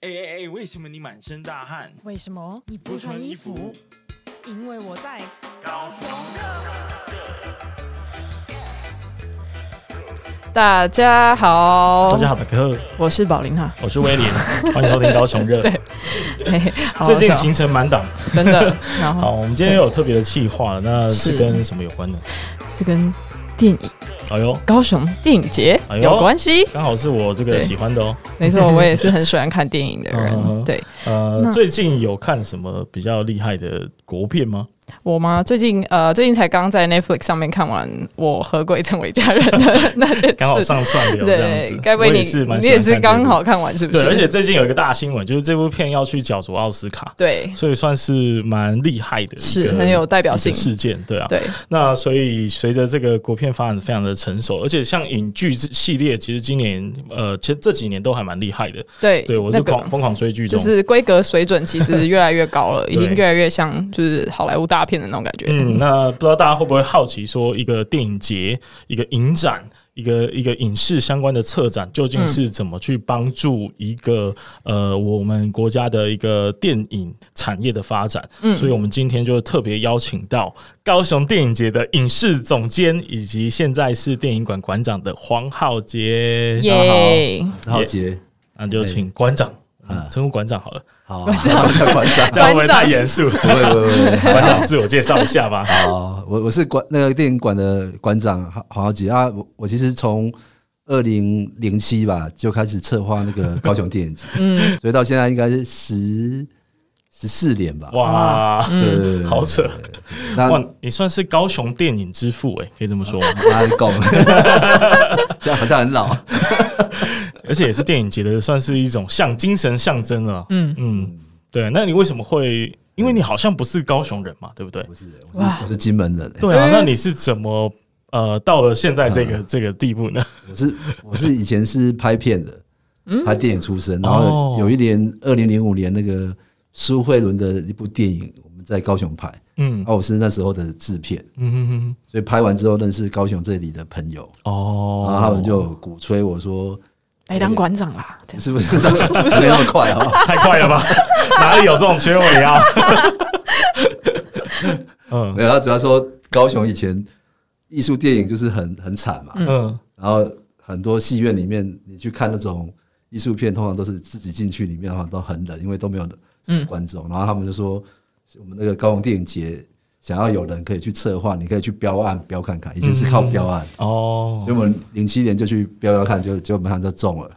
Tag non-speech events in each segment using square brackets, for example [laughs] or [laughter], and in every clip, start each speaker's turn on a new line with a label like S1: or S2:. S1: 哎哎哎，为什么你满身大汗？
S2: 为什么你不穿衣服？因为我在高雄大家好，
S3: 大家好，大哥，
S2: 我是宝林哈。
S3: 我是威廉，
S2: [laughs]
S3: 欢迎收听高雄热。
S2: 对嘿嘿
S3: [laughs]
S2: 好
S3: 最近
S2: 好笑
S3: 行程满档。
S2: 真的，然后
S3: 好，我们今天又有特别的企划了，那
S2: 是
S3: 是跟什么有关呢？
S2: 是跟电影
S3: 哎呦，
S2: 高雄电影节
S3: 哎呦
S2: 有关系。
S3: 刚好是我这
S2: 对
S3: 个喜欢的哦。
S2: 没错，我也是很喜欢看电影的
S3: [laughs] 嗯
S2: 人。
S3: 哼
S2: 对那
S3: 呃，最近有看什么比较厉害的国片吗？
S2: 我妈最近呃，最近才刚在 Netflix 上面看完《我和鬼成为家人》的那件
S3: 刚好
S2: 事。
S3: 上串流这样
S2: 对
S3: 子，，
S2: 该不会
S3: 我
S2: 你
S3: 也是蛮
S2: 你
S3: 喜欢
S2: 也是
S3: 看这
S2: 刚
S3: 部
S2: 好看完是不
S3: 对，
S2: 是？
S3: 而且最近有一个大新闻，就是这部片要去角逐奥斯卡，
S2: 对，
S3: 所以算是蛮厉害的一个，
S2: 是很有代表性
S3: 一个事件，对啊。
S2: 对，
S3: 那所以随着这个国片发展非常的成熟，而且像影剧系列，其实今年呃，其实这几年都还蛮厉害的。
S2: 对，
S3: 对我
S2: 那
S3: 是
S2: 个
S3: 狂疯狂追剧
S2: 就
S3: 中，
S2: 是规格水准其实越来越高
S3: [laughs]
S2: 了，已经
S3: 对
S2: 越来越像就是好莱坞大片的那种感觉。
S3: 嗯，那不知道大家会不会好奇说，一个电影节、一个影展、一个一个影视相关的策展，究竟
S2: 嗯
S3: 是怎么去帮助一个、呃我们国家的一个电影产业的发展？
S2: 嗯
S3: 所以我们今天就特别邀请到高雄电影节的影视总监，以及现在是电影馆馆长的黄浩杰。
S2: 耶、
S3: 大家好
S4: 浩杰，
S3: 那就请馆长，
S4: 嗯
S3: 嗯称呼馆长好了，
S4: 好，馆长，
S3: 这样会不会
S2: 馆长
S3: 太严肃？
S4: 不会不会不会，
S3: 馆长自我介绍一下吧。
S4: 好，我我是馆那个电影馆的馆长郝郝浩杰啊，我我其实从二零零七吧就开始策划那个高雄
S3: [laughs]
S4: 电影节，
S2: 嗯，
S4: 所以到现在应该是十十四年吧，
S3: 哇，嗯
S4: 对，对对对
S3: 好扯！
S4: 那
S3: 哇，你算是高雄电影之父哎、可以这么说吗，
S4: 那就够了， [laughs] 这样好像很老，
S3: 而且也是电影节的，算是一种象精神象征了。
S2: 嗯
S3: 嗯嗯，对。那你为什么会？因为你好像不是高雄人嘛，对不对？
S4: 不是，我是我是金门人，
S3: 对啊，
S2: 嗯
S3: 那你是怎么呃到了现在这个这个地步呢？
S4: 我是我是以前是拍片的，拍电影出身，
S3: 嗯
S4: 然
S3: 哦
S4: 后有一年二零零五年那个苏慧伦的一部电影，我们在高雄拍，
S3: 嗯
S4: 然后我是那时候的制片，
S3: 嗯嗯嗯，
S4: 所以拍完之后认识高雄这里的朋友，
S3: 哦
S4: 然，后他们就鼓吹我说，
S3: 哎
S2: 来当馆长啦，这样
S4: 是不是 [laughs] 不是那么快
S3: [laughs]
S4: 啊？
S3: 太快了吧？哪里有这种缺位啊？ [laughs] 嗯
S4: 没有，他主要说高雄以前艺术电影就是很很惨嘛，
S3: 嗯，
S4: 然后很多戏院里面，你去看那种艺术片，通常都是自己进去里面的话都很冷，因为都没有
S2: 嗯
S4: 观众。然后他们就说，我们那个高雄电影节想要有人可以去策划，你可以去标案标看看，以前是靠标案。
S3: 哦
S4: 所以，我们零七年就去标标看，就就马上就中了。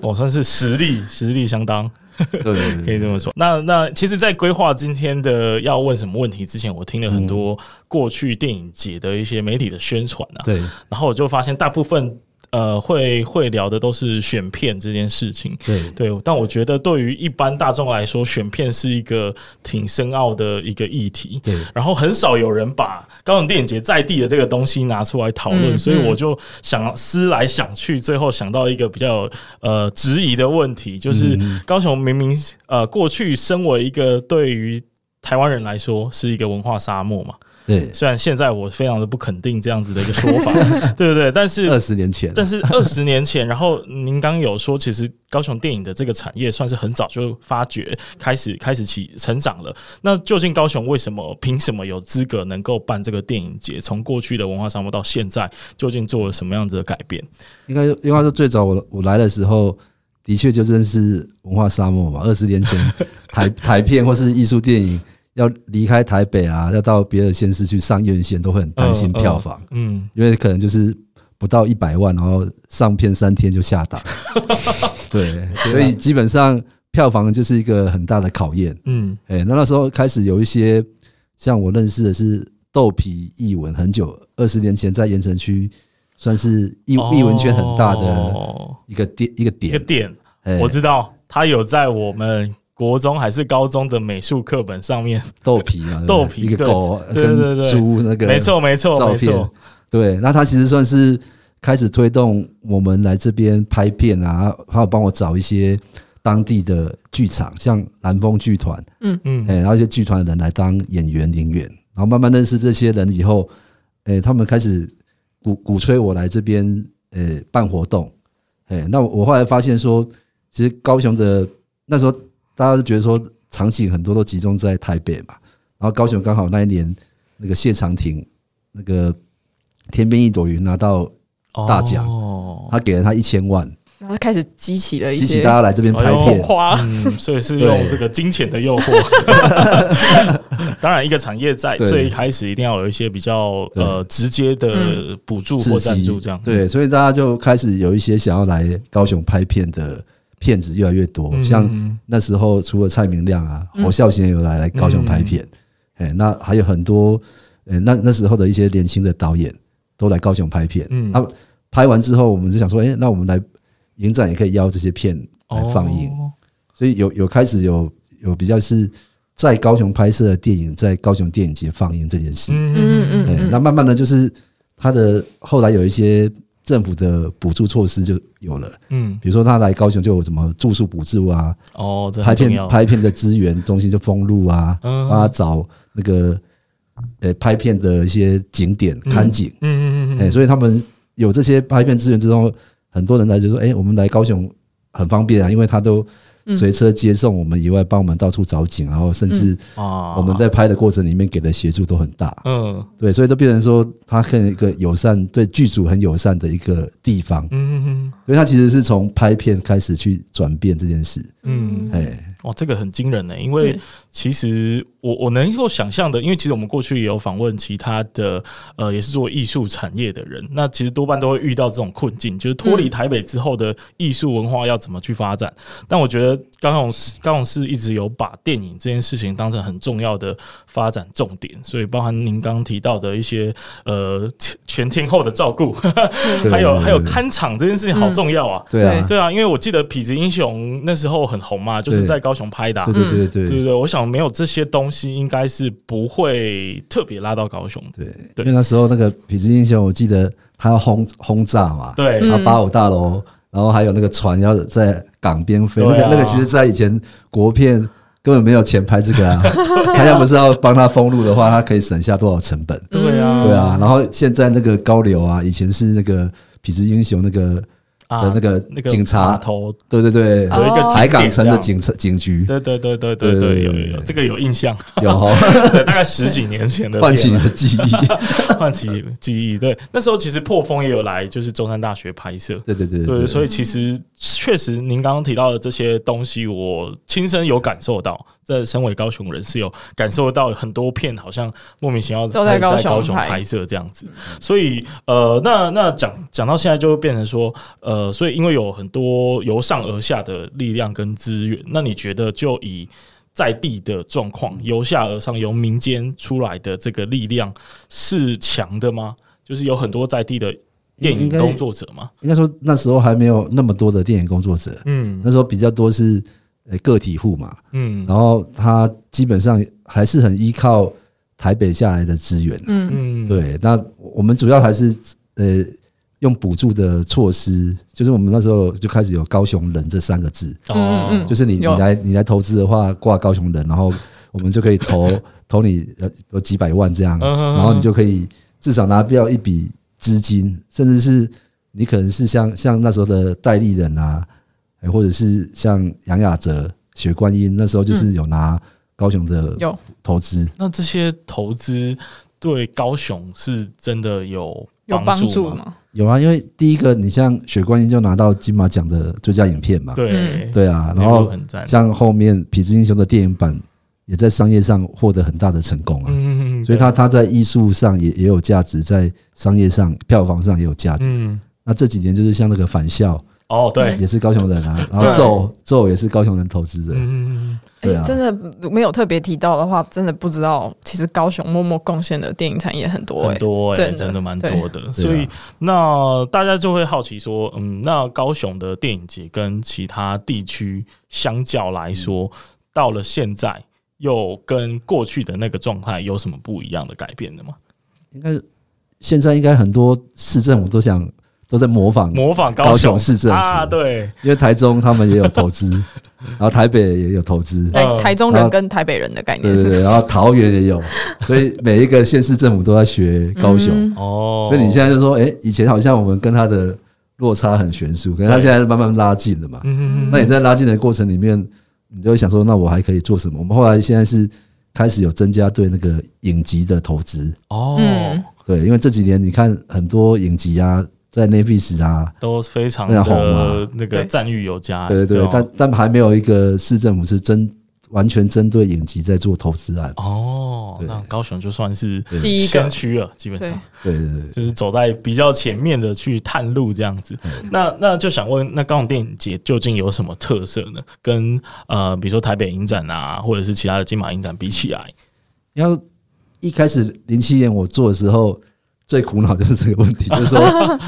S3: 我哦算是实力实力相当。
S4: 对对对
S3: 可以这么说。嗯那那其实，在规划今天的要问什么问题之前，我听了很多过去电影节的一些媒体的宣传啊，
S4: 对
S3: 然后我就发现大部分呃会会聊的都是选片这件事情。
S4: 对
S3: 对，但我觉得对于一般大众来说，选片是一个挺深奥的一个议题。
S4: 对
S3: 然后很少有人把高雄电影节在地的这个东西拿出来讨论，
S2: 嗯
S3: 所以我就想思来想去，最后想到一个比较呃质疑的问题，就是
S2: 嗯
S3: 高雄明明呃过去身为一个对于台湾人来说是一个文化沙漠嘛，
S4: 对，
S3: 虽然现在我非常的不肯定这样子的一个说
S2: [laughs]
S3: 法，对不对？但是
S4: 二十年前，
S3: [laughs] 但是二十年前，然后您刚有说，其实高雄电影的这个产业算是很早就发掘，开始开始起成长了。那究竟高雄为什么凭什么有资格能够办这个电影节？从过去的文化沙漠到现在，究竟做了什么样子的改变？
S4: 应该应该说最早我我来的时候，的确就真是文化沙漠嘛。二十年前，台台片或是艺术电影要离开台北啊，要到别的县市去上院线，都会很担心票房，
S3: 嗯，
S4: 因为可能就是不到一百万，然后上片三天就下档。对，所以基本上票房就是一个很大的考验。
S3: 嗯
S4: 哎、那那时候开始有一些像我认识的是豆皮艺文，很久二十年前在盐城区算是艺艺文圈很大的
S3: 哦
S4: 一个点一个
S3: 一个
S4: 点。
S3: 点，
S4: 哎
S3: 我知道他有在我们。国中还是高中的美术课本上面，
S4: 豆皮嘛，对不对
S3: 豆皮
S4: 一个狗
S3: 对对对对
S4: 跟猪那个，
S3: 没，错没错
S4: 照
S3: 没
S4: 片
S3: 错，
S4: 对。那他其实算是开始推动我们来这边拍片啊，还有帮我找一些当地的剧场，像蓝风剧团，
S3: 嗯
S4: 哎、然后一些剧团的人来当演员、领员，然后慢慢认识这些人以后，哎、他们开始哎鼓鼓吹我来这边呃办活动，哎、那我我后来发现说，其实高雄的那时候大家都觉得说场景很多都集中在台北嘛，然后高雄刚好那一年那个谢长廷那个《天边一朵云》拿到，大奖
S3: 哦，
S4: 他给了他一千万，
S2: 然后开始激起了一
S4: 激起
S2: 些
S4: 大家来这边拍
S3: 哎呦
S4: 片。
S2: 花。
S3: 嗯， [laughs] 所以是
S4: 对
S3: 用这个金钱的诱惑。
S4: [laughs]
S3: 当然，一个产业在
S4: 对
S3: 最一开始一定要有一些比较
S4: 对
S3: 呃直接的补助
S4: 刺
S3: 或
S4: 激
S3: 赞助，这样嗯
S4: 对，所以大家就开始有一些想要来高雄拍片的片子越来越多，像
S3: 嗯
S4: 那时候除了蔡明亮啊，
S2: 嗯
S4: 侯孝贤有来来高雄
S3: 嗯
S4: 拍片，哎、那还有很多，呃、那那时候的一些年轻的导演都来高雄拍片。
S3: 嗯
S4: 那、拍完之后，我们就想说，哎、那我们来影展也可以邀这些片来放映，
S3: 哦
S4: 所以有有开始有有比较是在高雄拍摄的电影，在高雄电影节放映这件事。
S3: 嗯
S2: 嗯嗯
S4: 哎
S2: 嗯，
S4: 那慢慢的就是他的后来有一些政府的补助措施就有了，
S3: 嗯，
S4: 比如说他来高雄就有什么住宿补助啊，
S3: 哦，这
S4: 拍
S3: 很重
S4: 片
S3: 要。
S4: 拍片的资源中心就封路啊，
S3: 嗯
S4: 帮他找那个呃拍片的一些景点看景，
S3: 嗯嗯嗯
S4: 哎，
S3: 嗯，
S4: 所以他们有这些拍片资源之后，很多人来就说，哎，我们来高雄很方便啊，因为他都
S2: 嗯
S4: 随车接送我们以外，帮我们到处找景，然后甚至
S3: 啊
S4: 我们在拍的过程里面给的协助都很大，
S3: 嗯
S4: 对，所以就变成说，它很一个友善，对剧组很友善的一个地方，
S3: 嗯嗯
S4: 所以它其实是从拍片开始去转变这件事，
S3: 嗯嗯，
S4: 哎，
S3: 哇，这个很惊人呢、欸因为
S2: 对
S3: 其实我我能够想象的，因为其实我们过去也有访问其他的呃，也是做艺术产业的人，那其实多半都会遇到这种困境，就是脱离台北之后的艺术文化要怎么去发展。但我觉得高雄市高雄市一直有把电影这件事情当成很重要的发展重点，所以包含您刚刚提到的一些呃全全天候的照顾， [laughs]
S4: 对
S3: 还有还有，
S4: 对
S3: 看场这件事情好重要啊。
S4: 对啊，
S3: [laughs] 对啊，因为我记得《痞子英雄》那时候很红嘛，就是
S4: 对
S3: 在高雄拍的啊、
S4: 对对对对
S3: 对不
S4: 对
S3: 对？我想没有这些东西，应该是不会特别拉到高雄的。
S4: 对，
S3: 对
S4: 因为那时候那个《痞子英雄》，我记得他要轰轰炸嘛，
S3: 对，
S2: 嗯
S4: 然后八五大楼，然后还有那个船要在港边飞，那
S3: 对
S4: 个
S3: 啊
S4: 那个其实在以前国片根本没有钱拍这个啊， [laughs] 他要不是要帮他封路的话，他可以省下多少成本？
S3: 对啊，
S4: 对啊，然后现在那个高流啊，以前是那个痞子英雄那个
S3: 啊，
S4: 那个
S3: 那个
S4: 警察
S3: 码头
S4: 对对对，
S2: 哦
S3: 有一个
S4: 海港
S3: 景
S4: 城
S3: 点这
S4: 的
S3: 样。
S4: 警察警局
S3: 对对对对对对，
S4: 对对
S3: 有
S4: 对
S3: 有有，
S4: 对
S3: 这个有印象，
S4: 有哈，
S3: [laughs] 对，大概十几年前的
S4: 唤起
S3: 片
S4: 你
S3: 了
S4: 的记忆。
S3: [laughs] 唤起记忆。对，那时候其实破风也有来，就是中山大学拍摄，
S4: 对对对
S3: 对，
S4: 对，
S3: 所以其实确实，您刚刚提到的这些东西，我亲身有感受到，在身为高雄人是有感受到很多片好像莫名其妙
S2: 都在高雄
S3: 高雄
S2: 拍
S3: 拍摄这样子。所以呃，那那讲讲到现在就会变成说，呃，所以因为有很多由上而下的力量跟资源，那你觉得就以在地的状况，由下而上，由民间出来的这个力量是强的吗？就是有很多在地的电影
S4: 应该
S3: 工作者吗？
S4: 应该说那时候还没有那么多的电影工作者，
S3: 嗯
S4: 那时候比较多是呃个体户嘛，
S3: 嗯
S4: 然后他基本上还是很依靠台北下来的资源。
S2: 嗯
S3: 嗯，
S4: 对，那我们主要还是呃用补助的措施，就是我们那时候就开始有高雄人这三个字，
S3: 哦，
S2: 嗯嗯
S4: 就是你你
S2: 有
S4: 来你来投资的话，挂高雄人，然后我们就可以投 [laughs] 投你呃有几百万这样，
S3: 嗯嗯嗯
S4: 然后你就可以至少拿掉一笔资金，甚至是你可能是像像那时候的戴立人啊，哎或者是像杨雅哲、雪观音，那时候就是有拿高雄的
S2: 有
S4: 投资，
S3: 那这些投资对高雄是真的有
S2: 有帮助
S3: 助吗？
S2: 吗？
S4: 有啊，因为第一个你像雪观音就拿到金马奖的最佳影片嘛，
S3: 对
S2: 嗯
S4: 对啊，然
S3: 内容
S4: 后
S3: 很赞，
S4: 像后面痞子英雄的电影版也在商业上获得很大的成功啊。
S3: 嗯嗯嗯，
S4: 所以
S3: 对
S4: 它它在艺术上也也有价值，在商业上、票房上也有价值。
S3: 嗯
S4: 那这几年就是像那个返校，
S3: 哦对，
S4: 也是高雄人
S3: [laughs]
S4: 啊，然后
S2: 对
S4: 咒咒也是高雄人投资
S3: 嗯
S4: 的，
S3: 嗯嗯
S4: 对啊
S2: 哎诶真的没有特别提到的话，真的不知道。其实高雄默默贡献的电影产业很多、
S3: 嗯，
S2: 欸诶
S3: 很多哎，
S2: 真的
S3: 真的蛮
S2: 对
S3: 多
S4: 啊
S3: 的，所以那大家就会好奇说，嗯，那高雄的电影节跟其他地区相较来说，
S4: 嗯
S3: 到了现在又跟过去的那个状态有什么不一样的改变的吗？
S4: 应该现在应该很多市政府都想都在模仿，
S3: 模仿
S4: 高
S3: 雄
S4: 雄市政府
S3: 啊，对，
S4: 因为台中他们也有投
S3: [laughs]
S4: 资，然后台北也有投资，
S2: 台
S3: 嗯
S2: 哎台中人跟台北人的概
S4: 对
S2: 念是
S4: 对
S2: 不哦
S4: 对，
S2: 是？
S4: 然后桃园也有，所以每一个县市政府都在学高雄。
S2: 嗯
S3: 哦，
S4: 所以你现在就说，哎、以前好像我们跟他的落差很悬殊，可是他
S3: 对
S4: 现在慢慢拉近了嘛。
S3: 嗯
S4: 那你在拉近的过程里面，你就会想说，那我还可以做什么？我们后来现在是开始有增加对那个影集的投资，
S3: 哦，
S2: 嗯
S4: 对，因为这几年你看很多影集啊，在 n e t f i 啊，
S3: 都非常
S4: 非常红嘛
S3: 的那个
S2: 对
S3: 赞誉有加，
S4: 对对对，
S3: 哦
S4: 但但还没有一个市政府是针完全针对影集在做投资案，
S3: 哦，
S4: 对
S3: 那高雄就算是
S4: 对
S2: 第一个
S3: 先驱了，基本
S2: 对
S3: 上。
S4: 对对对。
S3: 就是走在比较前面的去探路这样子。那那就想问，那高雄电影节究竟有什么特色呢？跟呃，比如说台北影展啊，或者是其他的金马影展比起来，
S4: 然后一开始零七年我做的时候，最苦恼就是这个问
S2: [laughs]
S4: 题，就是说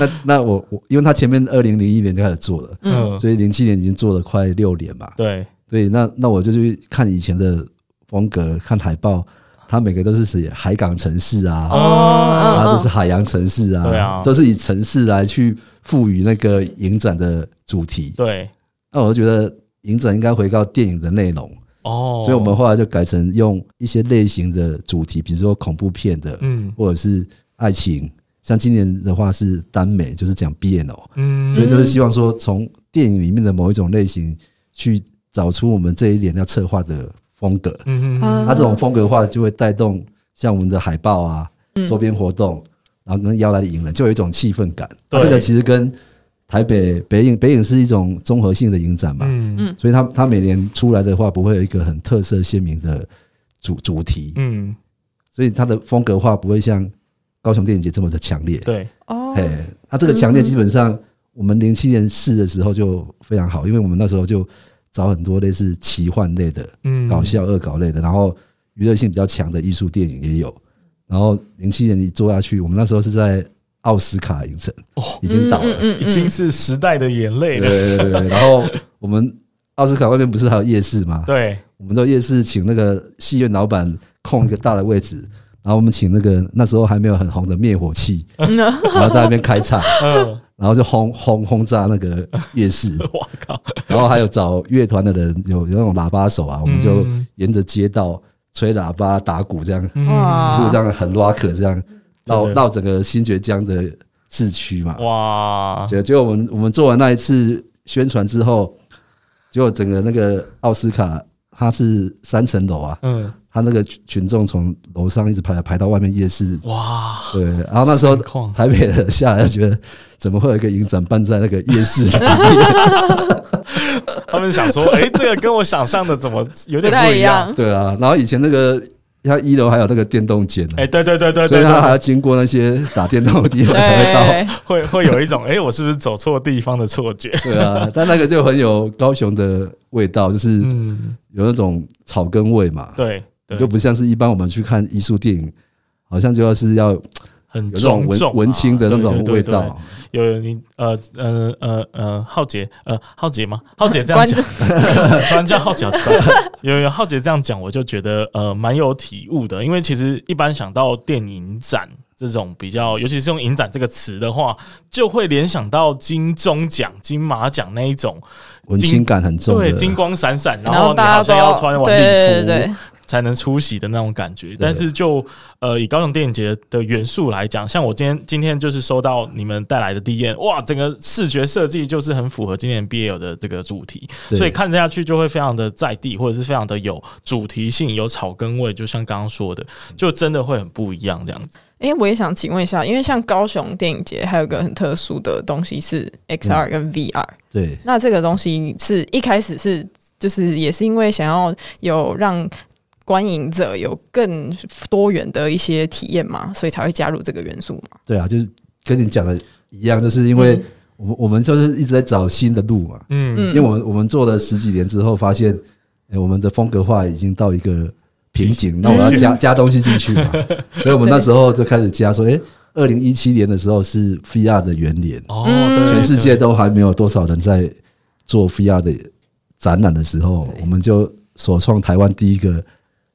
S4: 那那我我，因为他前面二零零一年就开始做了，
S3: 嗯，
S4: 所以零七年已经做了快六年吧。
S3: 对，
S4: 对，那那我就去看以前的风格，看海报，它每个都是写海港城市啊，
S3: 哦
S4: 然后
S2: 哦
S4: 都是海洋城市啊，
S3: 对啊
S4: 都是以城市来去赋予那个影展的主题。
S3: 对，
S4: 那我就觉得影展应该回到电影的内容，
S3: 哦，
S4: 所以我们后来就改成用一些类型的主题，比如说恐怖片的，
S3: 嗯
S4: 或者是爱情。像今年的话是耽美，就是讲 BL，
S3: 嗯
S4: 所以就是希望说从电影里面的某一种类型去找出我们这一年要策划的风格。
S3: 嗯
S2: 啊
S4: 那、这种风格的话，就会带动像我们的海报啊、
S3: 嗯
S4: 周边活动，然后跟邀来的影人，就有一种气氛感。
S3: 对
S4: 那这个其实跟台北北影北影是一种综合性的影展嘛，
S3: 嗯
S4: 所以它它每年出来的话，不会有一个很特色鲜明的主主题。
S3: 嗯，
S4: 所以它的风格化不会像高雄电影节这么的强烈。
S3: 对，
S2: 哦
S4: 嘿，那这个强烈基本上我们零七年试的时候就非常好，因为我们那时候就找很多类似奇幻类的、
S3: 嗯，
S4: 搞，笑、恶搞类的，然后娱乐性比较强的艺术电影也有。然后零七年一做下去，我们那时候是在奥斯卡影城
S3: 哦，
S4: 已经倒了，
S3: [laughs]
S2: 嗯
S3: 已经是时代的眼泪
S4: 对
S3: 了，
S4: 对对对。然后我们奥斯卡外面不是还有夜市吗？
S3: 对，
S4: 我们到夜市请那个戏院老板空一个大的位置，然后我们请那个那时候还没有很红的灭火器，然后在那边开唱，
S3: 嗯，
S4: 然后就轰轰轰炸那个夜市，
S3: 我靠，
S4: 然后还有找乐团的人，有有那种喇叭手啊，我们就
S3: 嗯
S4: 沿着街道吹喇叭、打鼓这样，
S3: 嗯
S2: [laughs] 哇
S4: 路上很 rock 这样绕
S3: 真的
S4: 绕整个新觉江的市区嘛。
S3: 哇，
S4: 结结果我们我们做完那一次宣传之后，结果整个那个奥斯卡它是三层楼啊，
S3: 嗯，
S4: 他那个群群众从楼上一直排排到外面夜市，
S3: 哇，
S4: 对。然后那时候
S3: 盛况
S4: 台北的下来就觉得，怎么会有一个影展办在那个夜市？
S3: [laughs] 他们想
S4: [laughs]
S3: 说，哎、这个跟我想象的怎么有
S2: 不
S3: 点
S2: 太
S3: 一
S2: 一样，
S4: 对啊。然后以前那个他一楼还有那个电动间、
S3: 哎、对对对对
S4: 所
S3: 对
S4: 以他还
S3: 对，
S4: 要经过那些打电动的地方才会到。
S2: 对，
S3: 会会有一种，哎、我是不是走错地方的错觉？
S4: 对啊，但那个就很有高雄的味道，就是
S3: 哎嗯，
S4: 有那种草根味嘛，
S3: 对对，
S4: 就不像是一般我们去看艺术电影，好像就要是要有
S3: 很
S4: 那种
S3: 庄重啊、
S4: 文文青的那种
S3: 对对对
S4: 味。
S3: 对
S4: 道。
S3: 有你呃呃呃呃，浩杰呃浩杰吗？浩杰这样
S2: 关
S3: 讲， [laughs] 突然叫浩杰， [laughs] 有有浩杰这样讲，我就觉得呃蛮有体悟的，因为其实一般想到电影展。这种比较，尤其是用“影展”这个词的话，就会联想到金钟奖、金马奖那一种
S4: 文青感很重的。
S3: 对，金光闪闪，然
S2: 然
S3: 后
S2: 后
S3: 你
S2: 大
S3: 好
S2: 家
S3: 像
S2: 都
S3: 要穿晚
S2: 对
S3: 礼
S2: 对对
S3: 服，才能出席的那种感觉。但是就呃，以高雄电影节的元素来讲，像我今天今天就是收到你们带来的 D N，哇，整个视觉设计就是很符合今年 B L 的这个主题，
S4: 对
S3: 所以看下去就会非常的在地，或者是非常的有主题性、有草根味，就像刚刚说的，
S4: 嗯
S3: 就真的会很不一样这样子。
S2: 哎、我也想请问一下，因为像高雄电影节还有一个很特殊的东西是 XR 跟 VR，、
S4: 对
S2: 那这个东西是一开始是就是也是因为想要有让观影者有更多元的一些体验嘛，所以才会加入这个元素嘛。
S4: 对啊，就是跟你讲的一样，就是因为我们我们就是一直在找新的路嘛，
S3: 嗯，
S4: 因为我们我们做了十几年之后，发现、诶我们的风格化已经到一个瓶颈，那我要加加东西进去嘛，所以我们那时候就开始加说，诶二零一七年的时候是 VR 的元年，
S3: 哦，
S2: 嗯
S3: 对
S4: 全世界
S3: 对
S4: 都还没有多少人在做 VR 的展览的时候，我们就首创台湾第一个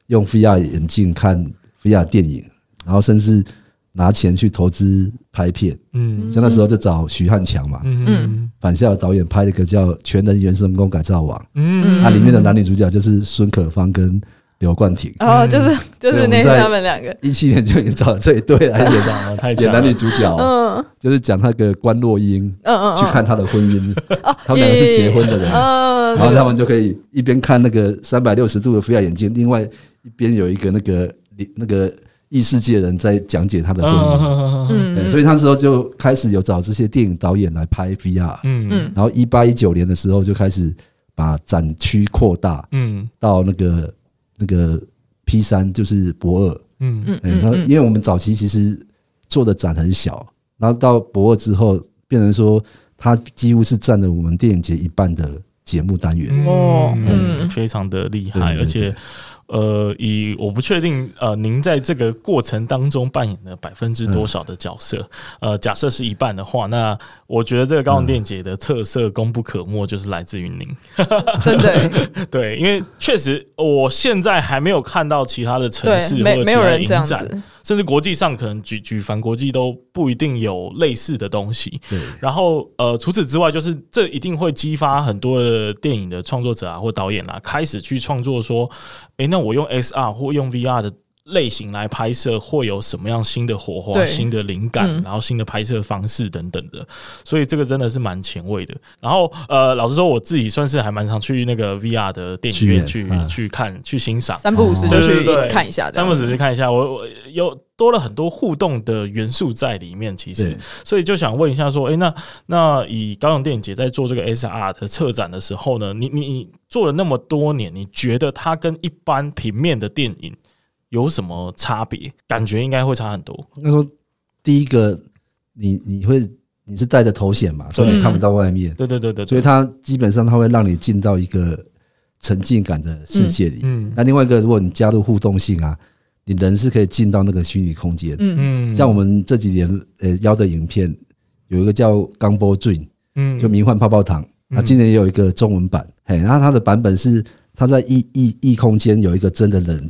S4: 用 VR 眼镜看 VR 电影，然后甚至拿钱去投资拍片，
S3: 嗯
S4: 像那时候就找徐汉强嘛，
S3: 嗯嗯
S2: 嗯
S4: 返校导演拍了一个叫《全能原神功改造网》，啊
S3: 嗯
S4: 它里面的男女主角就是孙可芳跟刘冠廷，
S2: 然后哦就是就是那
S4: 嗯对我们在
S2: 他们两个，
S4: 一七年就已经找了这一对来
S3: 太
S2: [laughs]
S4: 演
S3: 强了，太
S4: 演
S3: 强
S4: 男女
S3: 了。
S4: 主角，
S2: 嗯
S4: 就是讲那个关若英
S2: 嗯嗯，
S4: 去看他的婚姻，
S2: 哦，
S4: 他们两个是结婚的人
S2: 嗯，
S4: 然后他们就可以一边看那个三百六十度的 VR 眼镜，另外一边有一个那个那个异世界人在讲解他的婚姻。
S3: 嗯
S2: 嗯，
S4: 对所以那时候就开始有找这些电影导演来拍 VR，、
S3: 嗯
S2: 嗯
S4: 然后一八一九年的时候就开始把展区扩大
S3: 嗯
S4: 到那个那个 P 三，就是博二。
S3: 嗯
S2: 嗯
S4: 嗯，然后因为我们早期其实做的展很小，然后到博二之后，变成说它几乎是占了我们电影节一半的节目单元。
S3: 嗯，
S2: 哦嗯
S3: 非常的厉害，
S4: 对对对
S3: 而且。呃，以我不确定，呃，您在这个过程当中扮演了百分之多少的角色？
S2: 嗯
S3: 呃，假设是一半的话，那我觉得这个高雄电影节的特色功不可没，就是来自于
S2: [laughs]
S3: 您。
S2: 嗯真的，
S3: [laughs] 对，因为确实，我现在还没有看到其他的城市
S2: [laughs] 对，
S3: 或者
S2: 没
S3: 其
S2: 没有
S3: 他的
S2: 人
S3: 影
S2: 这样
S3: 展，
S2: 子，
S3: 甚至国际上可能举举凡国际都不一定有类似的东西。
S4: 对，
S3: 然后呃，除此之外，就是这一定会激发很多的电影的创作者啊或导演啊，开始去创作说，诶，那我用 XR 或用 VR 的。类型来拍摄会有什么样新的火花、
S2: 对
S3: 新的灵感，
S2: 嗯
S3: 然后新的拍摄方式等等的，所以这个真的是蛮前卫的。然后呃，老实说，我自己算是还蛮常去那个 VR 的电影院
S4: 剧
S3: 去
S4: 院嗯
S3: 去看、去欣赏。
S2: 三不五时就
S3: 对哦对
S2: 去
S3: 对，
S2: 看一下这
S3: 三
S2: 样
S3: 不
S2: 子，
S3: 只去看一下，我我有多了很多互动的元素在里面，其实
S4: 对，
S3: 所以就想问一下说，诶，那那以高雄电影节在做这个 SR 的策展的时候呢，你你你做了那么多年，你觉得它跟一般平面的电影有什么差别？感觉应该会差很多。
S4: 那时候第一个，你你会你是戴着头显嘛，所以你看不到外面，
S3: 对对对对对，
S4: 所以它基本上它会让你进到一个沉浸感的世界里。
S3: 嗯
S4: 那另外一个，如果你加入互动性啊，你人是可以进到那个虚拟空间。
S2: 嗯
S3: 嗯
S4: 像我们这几年呃邀的影片，有一个叫《钢波坠》，
S3: 嗯
S4: 就迷幻泡泡糖。那今年也有一个中文版，嘿，那它的版本是它在异异异空间有一个真的人，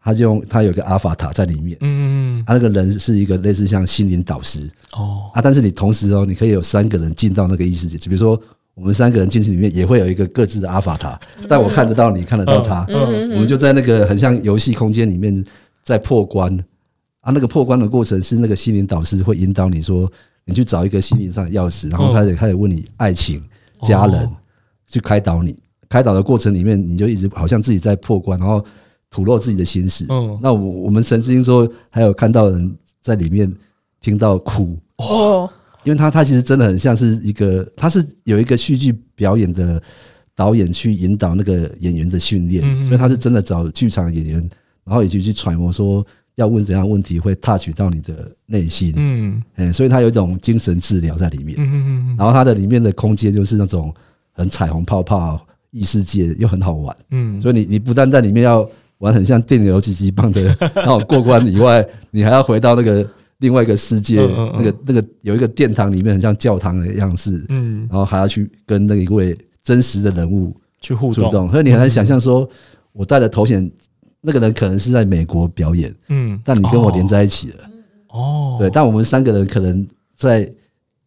S4: 他就用他有一个阿法塔在里面，
S3: 嗯嗯嗯
S4: 他那个人是一个类似像心灵导师
S3: 哦
S4: 啊，但是你同时哦，你可以有三个人进到那个异世界，就比如说我们三个人进去里面也会有一个各自的阿法塔，但我看得到你，看得到他，
S3: 嗯
S4: 我们就在那个很像游戏空间里面在破关啊。那个破关的过程是那个心灵导师会引导你说，你去找一个心灵上的钥匙，然后他就开始问你爱情、家人
S3: 哦，
S4: 去开导你。开导的过程里面，你就一直好像自己在破关，然后吐露自己的心事。
S3: 嗯
S4: 那我我们神之音之后，还有看到人在里面听到哭，
S2: 哦，
S4: 因为他他其实真的很像是一个，他是有一个戏剧表演的导演去引导那个演员的训练，
S3: 嗯嗯
S4: 所以他是真的找剧场演员，然后以及去揣摩说要问怎样的问题会 touch 到你的内心，嗯
S3: 嗯
S4: 所以他有一种精神治疗在里面。
S3: 嗯嗯嗯
S4: 然后它的里面的空间就是那种很彩虹泡泡异世界，又很好玩，
S3: 嗯，
S4: 所以你你不但在里面要玩很像电流击击棒的那种过关以外，你还要回到那个另外一个世界，
S3: 嗯嗯嗯
S4: 那个那个有一个殿堂里面很像教堂的样式，
S3: 嗯
S4: 然后还要去跟那一位真实的人物
S3: 去互
S4: 互
S3: 动，
S4: 动，所以你很难想象说，我戴着头显，那个人可能是在美国表演，
S3: 嗯，
S4: 但你跟我连在一起了，
S3: 哦，
S4: 对，但我们三个人可能在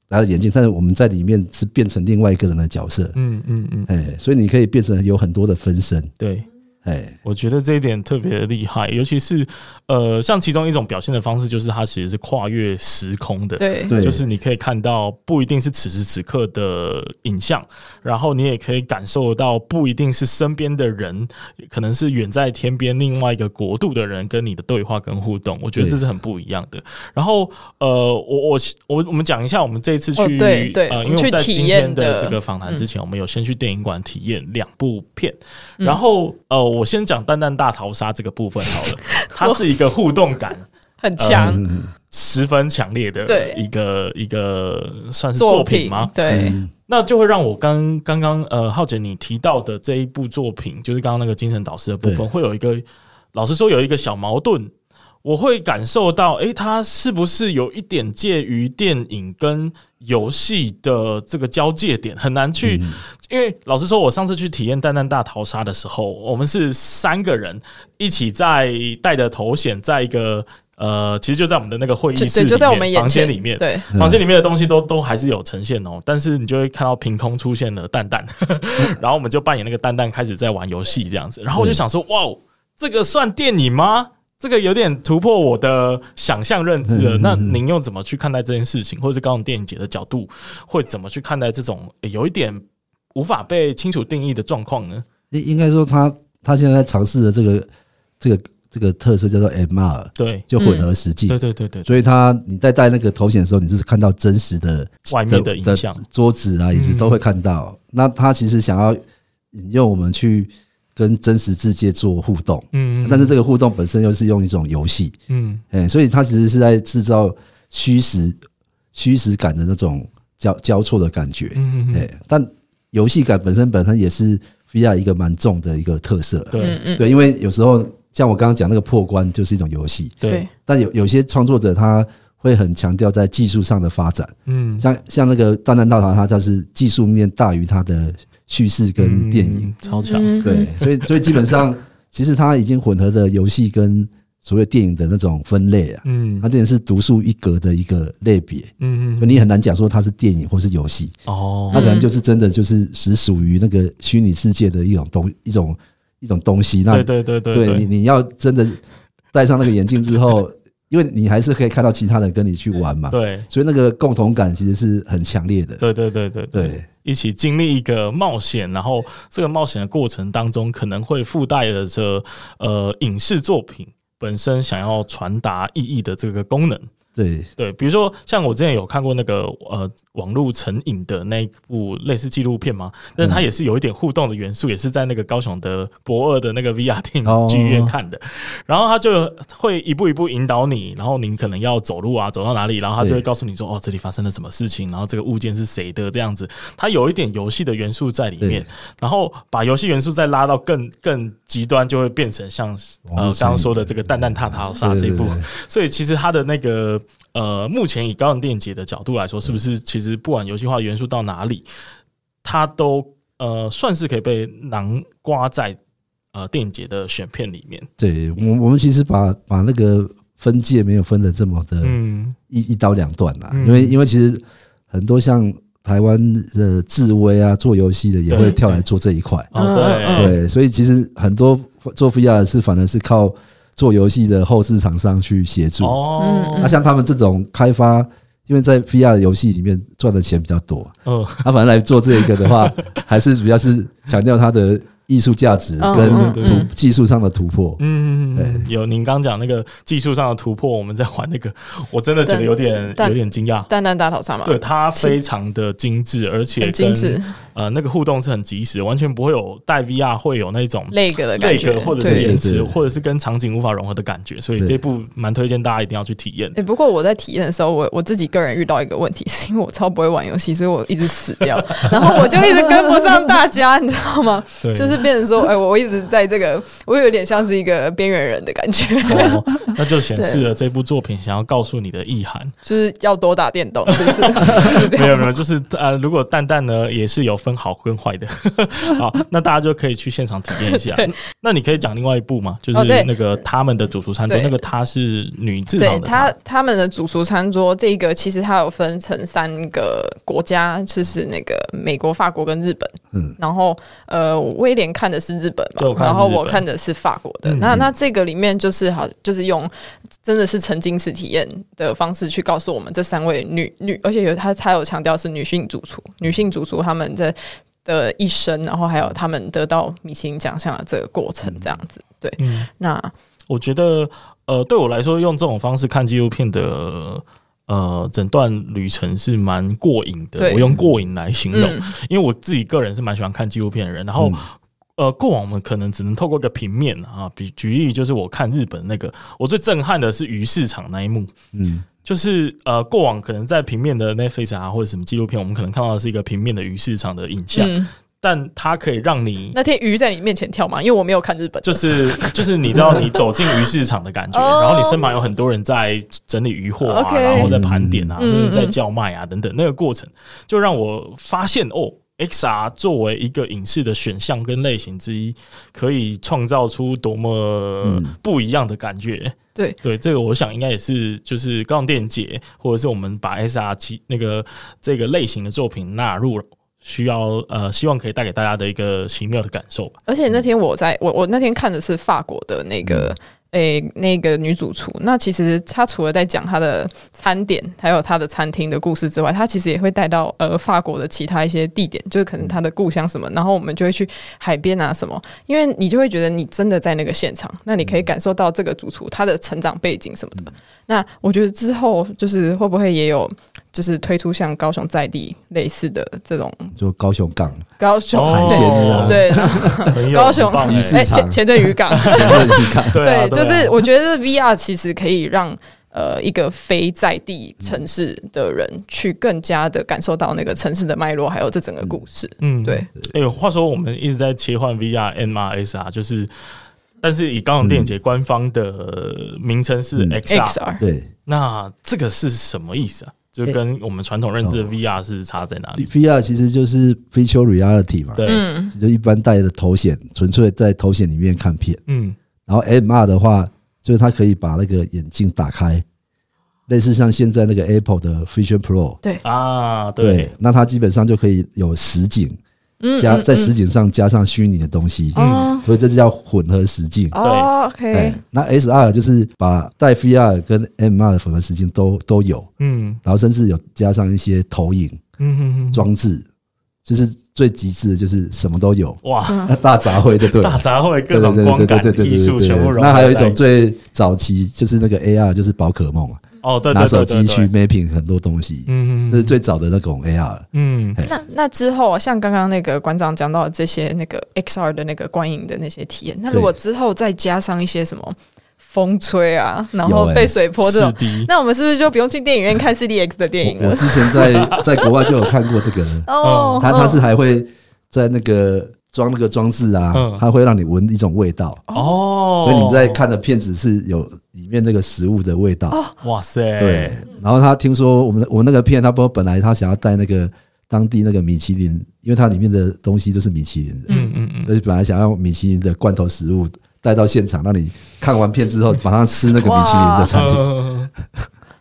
S4: 拿着眼镜，但是我们在里面是变成另外一个人的角色，
S3: 嗯嗯嗯，
S4: 哎，所以你可以变成有很多的分身，
S3: 对。
S4: 哎，
S3: 我觉得这一点特别的厉害，尤其是呃，像其中一种表现的方式，就是它其实是跨越时空的。
S2: 对，
S4: 对，
S3: 就是你可以看到不一定是此时此刻的影像，然后你也可以感受到不一定是身边的人，可能是远在天边另外一个国度的人跟你的对话跟互动，我觉得
S4: 对
S3: 这是很不一样的。然后呃，我我我我们讲一下我们这一次去、
S2: 哦对对
S3: 呃，
S2: 我们
S3: 因为我们
S2: 去
S3: 在
S2: 体
S3: 今
S2: 验
S3: 天的
S2: 的嗯
S3: 这个访谈之前，我们有先去电影馆体验两部片，
S2: 嗯
S3: 然后呃，我先讲《蛋蛋大逃杀》这个部分好
S2: [laughs]
S3: 了，它是一个互动感。
S2: 很强
S4: 嗯，
S3: 十分强烈的
S2: 对
S3: 一个一个算是
S2: 作
S3: 作品吗？
S2: 对，
S4: 嗯
S3: 那就会让我刚刚刚呃浩姐你提到的这一部作品，就是刚刚那个精神导师的部分，
S4: 对
S3: 会有一个老实说有一个小矛盾，我会感受到，诶，它是不是有一点介于电影跟游戏的这个交界点，很难去。因为老实说，我上次去体验《蛋蛋大逃杀》的时候，我们是三个人一起在戴着头显，在一个呃，其实就在我们的那个会议
S2: 就
S3: 室
S2: 对，就
S3: 里
S2: 在我
S3: 面
S2: 们眼
S3: 房间
S2: 前
S3: 里面，
S2: 对，
S4: 嗯
S3: 房间里面的东西都都还是有呈现哦，但是你就会看到凭空出 [laughs] 现了蛋蛋，然后我们就扮演那个蛋蛋开始在玩游戏这样子，然后我就想说，哇哦，这个算电影吗？这个有点突破我的想象认知了。
S4: 嗯嗯嗯
S3: 那您又怎么去看待这件事情，或者是高雄电影节的角度，会怎么去看待这种、诶有一点无法被清楚定义的状况呢？
S4: 应应该说他他现在在尝试的这个这个这个特色叫做 MR，
S3: 对，
S4: 就混合实际。
S3: 对对对对，对
S4: 所以他你在戴那个头显的时候，你是看到真实的
S3: 外面的影像，嗯
S4: 桌子啊、椅子都会看到。那他其实想要引诱我们去跟真实世界做互动，
S3: 嗯，
S4: 但是这个互动本身又是用一种游戏，
S3: 嗯
S4: 哎，所以他其实是在制造虚实虚实感的那种交交错的感觉。
S3: 嗯嗯
S4: 哎、
S3: 嗯，
S4: 但游戏感本身本身也是 VR 一个蛮重的一个特色。
S3: 对
S2: 嗯
S4: 对，因为有时候像我刚刚讲那个破关就是一种游戏，
S3: 对，，
S4: 但有有些创作者他会很强调在技术上的发展，
S3: 嗯，
S4: 像像那个《断弹道塔》，它就是技术面大于它的叙事跟电影。
S3: 嗯超强，
S2: 嗯
S4: 对，所以所以基
S3: [laughs]
S4: 本上其实它已经混合了游戏跟所谓电影的那种分类啊，
S3: 嗯
S4: 它
S3: 嗯
S4: 电影是独树一格的一个类别，
S3: 嗯
S4: 所以你很难讲说它是电影或是游戏。
S3: 哦
S4: 它可能就是真的就是实属于那个虚拟世界的一种东一种一种东西。那
S3: 对对对对对，
S4: 你你要真的戴上那个眼镜之后， [laughs] 因为你还是可以看到其他人跟你去玩嘛，
S3: 对
S4: 所以那个共同感其实是很强烈的。
S3: 对对对对对，
S4: 对
S3: 一起经历一个冒险，然后这个冒险的过程当中，可能会附带着这呃影视作品本身想要传达意义的这个功能。
S4: 对，
S3: 对，比如说像我之前有看过那个呃网络成瘾的那一部类似纪录片嘛，但是
S4: 嗯
S3: 它也是有一点互动的元素，也是在那个高雄的博二的那个 VR 电
S4: 哦
S3: 影剧院看的。然后它就会一步一步引导你，然后你可能要走路啊，走到哪里，然后它就会
S4: 对
S3: 告诉你说哦，这里发生了什么事情，然后这个物件是谁的这样子。它有一点游戏的元素在里面
S4: 对，
S3: 然后把游戏元素再拉到更更极端，就会变成像呃
S4: 网
S3: 刚
S4: 络成
S3: 刚
S4: 瘾
S3: 说的这个蛋蛋踏踏杀这一
S4: 哦对对
S3: 部
S4: 对
S3: 所以其实它的那个呃，目前以高能电影节的角度来说，是不是其实不管游戏化元素到哪里，它都呃算是可以被囊括在呃电影节的选片里面。
S4: 对，我我们其实把把那个分界没有分的这么的
S3: 嗯
S4: 一一刀两断啦，
S3: 嗯
S4: 因为因为其实很多像台湾的志威啊，做游戏的也
S3: 对
S4: 会跳来
S3: 对
S4: 做这一块。
S3: 哦，
S2: 嗯
S3: 对，
S4: 对，所以其实很多做 VR 的是反而是靠做游戏的后置厂商去协助。
S3: 哦
S2: 嗯，
S4: 那像他们这种开发，因为在 VR 的游戏里面赚的钱比较多，
S3: 嗯，
S4: 他反而来做这一个
S3: [laughs]
S4: 的话，还是主要是强调它的艺术价值
S2: 嗯
S4: 跟
S2: 嗯
S4: 突
S2: 嗯嗯
S4: 技术上的突破。
S3: 嗯，嗯有您刚讲那个技术上的突破，我们在玩那个， [laughs] 我真的觉得有点
S2: 但
S3: 有点惊讶。
S2: 蛋蛋大逃杀嘛，
S3: 对，它非常的精致，而且
S2: 很精
S3: 跟
S2: 致，
S3: 呃，那个互动是很及时，完全不会有带 VR 会有那种
S2: 那个的
S3: 那
S2: 感觉，
S3: 个或者
S2: 对
S3: 是延
S4: 对
S3: 迟，
S4: 对
S3: 或者是跟场景无法融合的感觉，所以
S4: 对
S3: 这部蛮推荐大家一定要去体验
S2: 哎、。不过我在体验的时候，我我自己个人遇到一个问题，是因为我超不会玩游戏，所以我一直死掉， [laughs] 然后我就一直跟不上大家，你知道吗？
S3: 对，
S2: 就是变成说，哎、我我一直在这个，我有点像是一个边缘人的感觉， [laughs]
S3: 哦，那就显示了这部作品想要告诉你的意涵。
S2: 就是要多打电动，是不是？是这
S3: 没有
S2: 样
S3: 没有，
S2: 吗？
S3: 就是呃，如果蛋蛋呢也是有分好跟坏的， [laughs] 好，那大家就可以去现场体验一下
S2: 对。
S3: 那你可以讲另外一部吗？就
S2: 哦
S3: 是
S2: 对
S3: 那个他们的主厨餐桌，
S2: 对
S3: 那个她是女字
S2: 对
S3: 旁的啊
S2: 他
S3: 她，
S2: 他们的主厨餐桌这个其实它有分成三个国家，就是那个美国、法国跟日本。
S4: 嗯，
S2: 然后呃，威廉看的是日本
S3: 对我
S2: 嘛，
S3: 看的是
S2: 然后
S3: 日本
S2: 我看的是法国的。
S3: 嗯
S2: 那
S4: 嗯
S2: 那这个里面就是好，就是用真的是沉浸式体验的方式去告诉我们这三位女女，而且有她她有强调是女性主厨，女性主厨她们在的一生，然后还有她们得到米其林奖项的这个过程，这样子。对，
S3: 嗯，
S2: 那
S3: 我觉得呃，对我来说，用这种方式看纪录片的。呃，整段旅程是蛮过瘾的，
S2: 对
S3: 我用过瘾来形容，
S2: 嗯，
S3: 因为我自己个人是蛮喜欢看纪录片的人，然后
S4: 嗯
S3: 呃，过往我们可能只能透过一个平面啊，比举例就是我看日本那个，我最震撼的是鱼市场那一幕，
S4: 嗯，
S3: 就是呃，过往可能在平面的 Netflix 啊或者什么纪录片，我们可能看到的是一个平面的鱼市场的影像，
S2: 嗯
S3: 但它可以让你
S2: 那天鱼在你面前跳嘛，因为我没有看日本的，
S3: 就是就是你知道你走进鱼市场的感觉，
S2: [laughs] 哦
S3: 然后你身旁有很多人在整理鱼货啊，
S2: OK
S3: 然后在盘点啊，
S2: 嗯
S3: 甚至在叫卖啊等等，那个过程就让我发现哦。XR 作为一个影视的选项跟类型之一，可以创造出多么
S4: 嗯
S3: 不一样的感觉。
S2: 对
S3: 对，这个我想应该也是就是高雄电影节，或者是我们把 XR 其那个这个类型的作品纳入需要呃，希望可以带给大家的一个奇妙的感受吧。
S2: 而且那天我在我我那天看的是法国的那个诶、那个女主厨，那其实她除了在讲她的餐点还有她的餐厅的故事之外，她其实也会带到呃法国的其他一些地点，就是可能她的故乡什么，然后我们就会去海边啊什么，因为你就会觉得你真的在那个现场，那你可以感受到这个主厨他的成长背景什么的。那我觉得之后就是会不会也有就是推出像高雄在地类似的这种
S4: 就高雄港
S2: 高雄、
S3: 哦
S4: 海鲜的，
S2: 对。然后
S3: 很有
S2: 高雄
S3: 很棒
S4: 一
S3: 欸
S4: 市
S2: 哎，
S4: 场
S2: 前前阵渔港，
S4: 你看，
S3: 对啊，对
S2: 对，就
S3: 啊
S2: 是我觉得 VR 其实可以让呃一个非在地城市的人去更加的感受到那个城市的脉络，还有这整个故事。
S3: 嗯
S2: 对。
S3: 哎、话说我们一直在切换 VR、MR、SR，就是。啊但是以高雄电影节官方的名称是
S4: 嗯
S3: XR，、
S2: XR
S4: 对
S3: 那这个是什么意思啊？就跟我们传统认知
S4: 嗯
S3: 的 VR 是差在哪里？
S4: ，VR 其实就是 virtual reality 嘛，
S3: 对，
S2: 嗯，
S4: 就一般戴着头显，纯粹在头显里面看片。
S3: 嗯，
S4: 然后 MR 的话，就是它可以把那个眼镜打开，类似像现在那个 Apple 的 Vision Pro，
S3: 啊，对，
S4: 那它基本上就可以有实景，加在实景上加上虚拟的东西，
S2: 嗯哦
S4: 所以这就叫混合实境。
S2: 哦
S4: 哎
S2: ，OK，，
S4: 那 SR 就是把带 VR 跟 MR 的混合实境都都有，
S3: 嗯
S4: 然后甚至有加上一些投影
S3: 嗯嗯，嗯，
S4: 装置，就是最极致的就是什么都有，
S3: 哇，
S2: 嗯
S4: 大杂烩就对了
S3: 大。杂烩，各
S4: 对对
S3: 种
S4: 对
S3: 光
S4: 对对
S3: 感
S4: 对对
S3: 艺术
S4: 对
S3: 全部融合在起。
S4: 那还有一种最早期就是那个 AR，就是宝可梦啊，
S3: 哦，对，对
S4: 拿手机，
S3: 对对
S4: 去
S3: 对
S4: mapping 很多东西，
S3: 嗯嗯，
S4: 这是最早的那种 AR。
S3: 嗯，
S2: 那那之后，像刚刚那个馆长讲到的这些那个 XR 的那个观影的那些体验，那如果之后再加上一些什么风吹啊，然后
S4: 有欸
S2: 被水泼
S3: 四
S2: 这种，
S3: D，
S2: 那我们是不是就不用去电影院看 CDX 的电影
S4: 我我
S2: 了？
S4: 之前
S3: [laughs]
S4: 在在国外就有看过这个，
S2: 哦，
S4: 它它是还会在那个装那个装置
S3: 嗯
S4: 啊，它会让你闻一种味道，
S3: 哦，
S4: 所以你在，看的片子是有里面那个食物的味道。
S2: 哦
S3: 哇塞，
S4: 对，，然后他听说我们我那个片，他不本来他想要带那个当地那个米其林，因为它里面的东西都是米其林的，
S3: 嗯嗯嗯，
S4: 所以本来想要米其林的罐头食物带到现场，让你看完片之后马上吃那个米其林的产品，
S3: 呃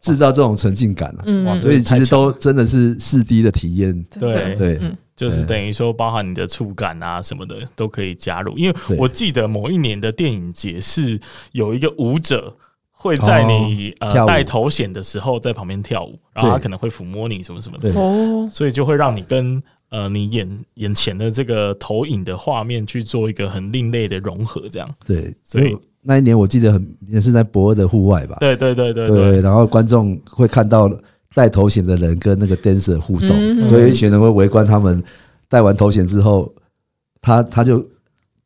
S4: 制造这种沉浸感啊。
S2: 嗯
S3: 哇，
S4: 所以其实
S3: 太强了
S4: 都真的是四 D 的体验，
S2: 真的
S3: 对
S4: 对，
S3: 就是等于说包含你的触感啊什么的都可以加入。因为
S4: 对
S3: 我记得某一年的电影节是有一个舞者。会在你、
S4: 哦
S3: 呃
S4: 跳舞
S3: 戴头显的时候在旁边跳舞，然后他
S4: 对
S3: 可能会抚摸你什么什么的
S4: 对，
S2: 哦，
S3: 所以就会让你跟呃你眼眼前的这个投影的画面去做一个很另类的融合，这样。
S4: 对，
S3: 所以
S4: 因为那一年我记得很也是在博尔的户外吧，
S3: 对对对对
S4: 对，然后观众会看到戴头衔的人跟那个 dancer 互动，
S2: 嗯
S4: 所以有一群人会围观他们戴完头衔之后，他他就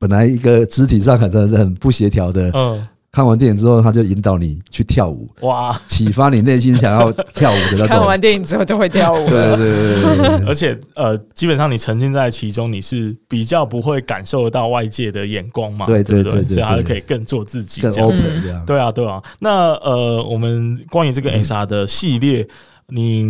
S4: 本来一个肢体上很很不协调的，
S3: 嗯，
S4: 看完电影之后，他就引导你去跳舞，
S3: 哇！
S4: 启发你内心想要跳舞的那
S2: 看
S4: 种。
S2: 完电影之后就会跳舞
S4: 对对
S2: 了。
S4: 对对对对
S3: 而且呃，基本上你沉浸在其中，你是比较不会感受到外界的眼光嘛，
S4: 对
S3: 对
S4: 对
S3: 不
S4: 对对
S3: 所以还
S4: 对
S3: 可以更做自己，
S4: 更
S3: 这样。
S4: open 这样。
S3: 对啊，对啊。那呃，我们关于这
S4: 嗯
S3: 个 SR 的系列，你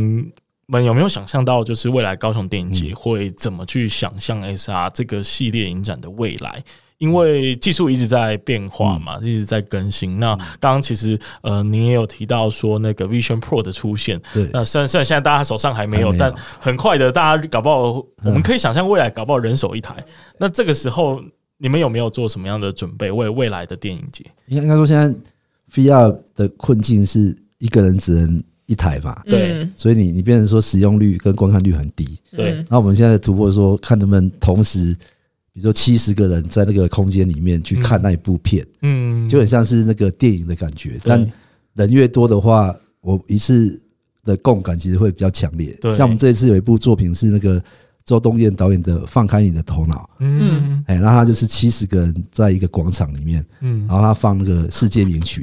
S3: 们有没有想象到，就是未来高雄电影
S4: 嗯
S3: 节会怎么去想象 SR 这个系列影展的未来？因为技术一直在变
S4: 嗯
S3: 化嘛，一直在更新。那刚刚其实呃，你也有提到说那个 Vision Pro 的出现，
S4: 对
S3: 那虽然虽然现在大家手上还没有，
S4: 还没有嗯
S3: 但很快的，大家搞不好我们可以想象未来搞不好人手一台。那这个时候，你们有没有做什么样的准备，为未来的电影节？
S4: 应该应该说现在 VR 的困境是一个人只能一台嘛，
S3: 对
S2: 嗯
S4: 所以你你变成说使用率跟观看率很低。
S3: 对，
S2: 嗯
S4: 那我们现在的突破是说，看能不能同时，比如说七十个人在那个空间里面去看那一部片，
S3: 嗯，
S4: 就很像是那个电影的感觉。但
S3: 对
S4: 人越多的话，我一次的共感其实会比较强烈
S3: 对。
S4: 像我们这一次有一部作品是那个周东燕导演的《放开你的头脑》，
S3: 嗯
S4: 哎，那他就是七十个人在一个广场里面，
S3: 嗯
S4: 然后他放那个世界名
S3: [laughs]
S4: 曲，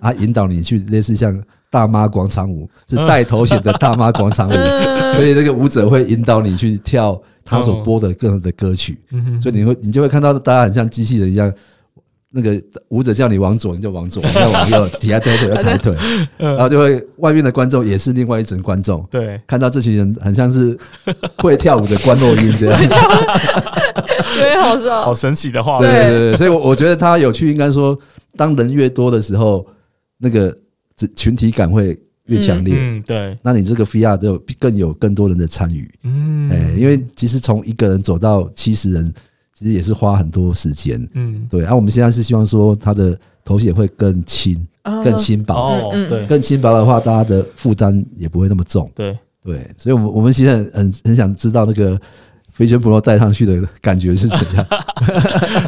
S4: 他引导你去类似像大妈广场舞，是带头型的大妈广场舞，
S3: 嗯
S4: [laughs] 所以那个舞者会引导你去跳他所播的各种的歌曲，
S3: 嗯，
S4: 所以你会你就会看到大家很像机器人一样。那个舞者叫你往左，你就
S3: [laughs]
S4: 往左；你要往右，提下抬腿要抬腿，然后就会外面的观众也是另外一层观众，
S3: 嗯对，
S4: 看到这群人很像是会跳舞的关洛音这样。
S3: [laughs]
S2: 对，好笑
S3: 好。神奇的画
S4: 哦对
S3: 面，
S4: 对对，对所以我，我觉得它有趣，应该说，当人越多的时候，那个只群体感会越强烈。
S3: 嗯，对，
S4: 那你这个 VR 都有更有更多人的参与，
S3: 嗯，
S4: 哎、因为其实从一个人走到七十人，其实也是花很多时间。
S3: 嗯，
S4: 对，啊，我们现在是希望说它的头衔会更轻、更轻薄、
S3: 哦，
S2: 嗯嗯
S3: 对
S4: 更轻薄的话，大家的负担也不会那么重。
S3: 对，
S4: 对，所以，我们我们其实很很很想知道那个飞旋 Pro 带上去的感觉是怎样。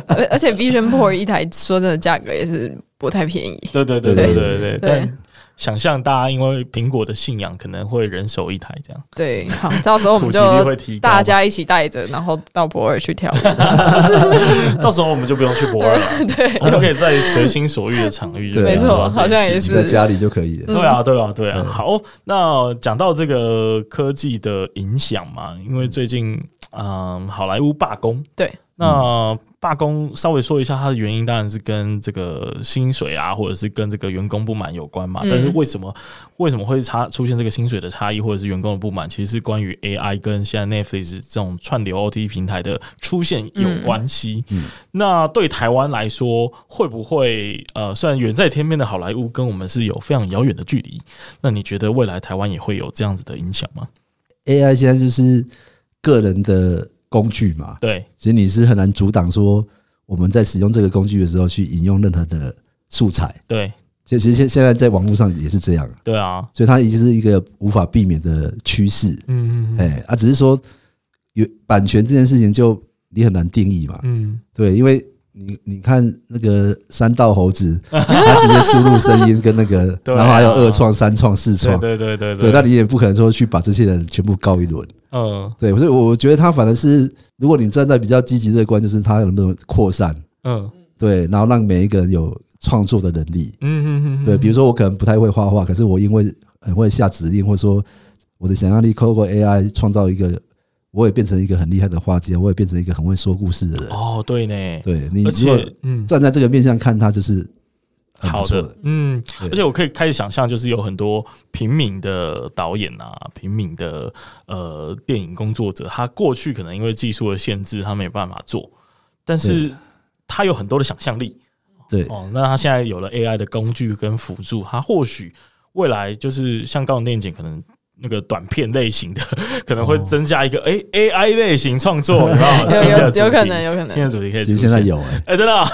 S2: 而而且 Vision Pro 一台说真的价格也是不太便宜，
S3: 对对对
S4: 对
S3: 对对对，
S2: 对
S3: 但想象大家因为苹果的信仰，可能会人手一台这样，
S2: 对，好，到时候我们
S3: 普及率会
S2: 就
S3: 提高吗
S2: 大家一起带着，然后到博尔去跳舞，
S3: [laughs] 到时候我们就不用去博尔了，
S2: 对，
S3: 我们可以在随心所欲的场域就
S4: 对
S3: 可以
S4: 没错
S3: 做到这件
S2: 好像也
S3: 事
S2: 是
S4: 你在家里就可以了。
S3: 对啊，对啊，对啊。好，那讲到这个科技的影响嘛，因为最近嗯，好莱坞罢工，
S2: 对，
S3: 那罢工稍微说一下它的原因，当然是跟这个薪水啊，或者是跟这个员工不满有关嘛。
S2: 嗯
S3: 但是为什么为什么会差出现这个薪水的差异，或者是员工的不满，其实是关于 AI 跟现在 Netflix 这种串流 OT 平台的出现有关系。
S4: 嗯嗯
S3: 那对台湾来说，会不会呃，虽然远在天边的好莱坞跟我们是有非常遥远的距离，那你觉得未来台湾也会有这样子的影响吗？
S4: AI 现在就是个人的工具嘛，
S3: 对，
S4: 所以你是很难阻挡说我们在使用这个工具的时候去引用任何的素材。
S3: 对，
S4: 其实现现在在网络上也是这样，
S3: 对啊，
S4: 所以它已经是一个无法避免的趋势。
S3: 嗯
S4: 哎、啊，只是说有版权这件事情就你很难定义嘛。
S3: 嗯，
S4: 对，因为你你看那个三道猴子，他直接输入声音跟那个，
S3: 对啊
S4: 然后还有二创、三创、四
S3: 对
S4: 创，
S3: 对对对
S4: 对，那你也不可能说去把这些人全部告一轮。
S3: 嗯
S4: 对，所以我我觉得他反而是，如果你站在比较积极乐观，就是他能不能扩散，
S3: 嗯
S4: 对，然后让每一个人有创作的能力。
S3: 嗯嗯，
S4: 对，比如说我可能不太会画画，可是我因为很会下指令，或者说我的想象力透过 AI 创造一个，我也变成一个很厉害的画家，我也变成一个很会说故事的人。
S3: 哦，对呢，
S4: 对你
S3: 而
S4: 如果
S3: 且嗯，
S4: 站在这个面向看，它就是很不
S3: 好
S4: 错
S3: 的，，嗯，
S4: 对
S3: 而且我可以开始想象，就是有很多平民的导演啊，平民的呃电影工作者，他过去可能因为技术的限制，他没办法做，但是他有很多的想象力
S4: 对
S3: 哦。那他现在有了 AI 的工具跟辅助，他或许未来就是像高能电影节可能。那个短片类型的 [laughs] 可能会增加一个诶 AI 类型创作，有没有新
S2: 有
S3: 的
S2: 有
S3: 主
S2: 有可
S3: 题
S2: 能，有可
S3: 新
S2: 能，
S3: 的主题可以出现。
S4: 其实现在有哎、
S3: 哎，真的啊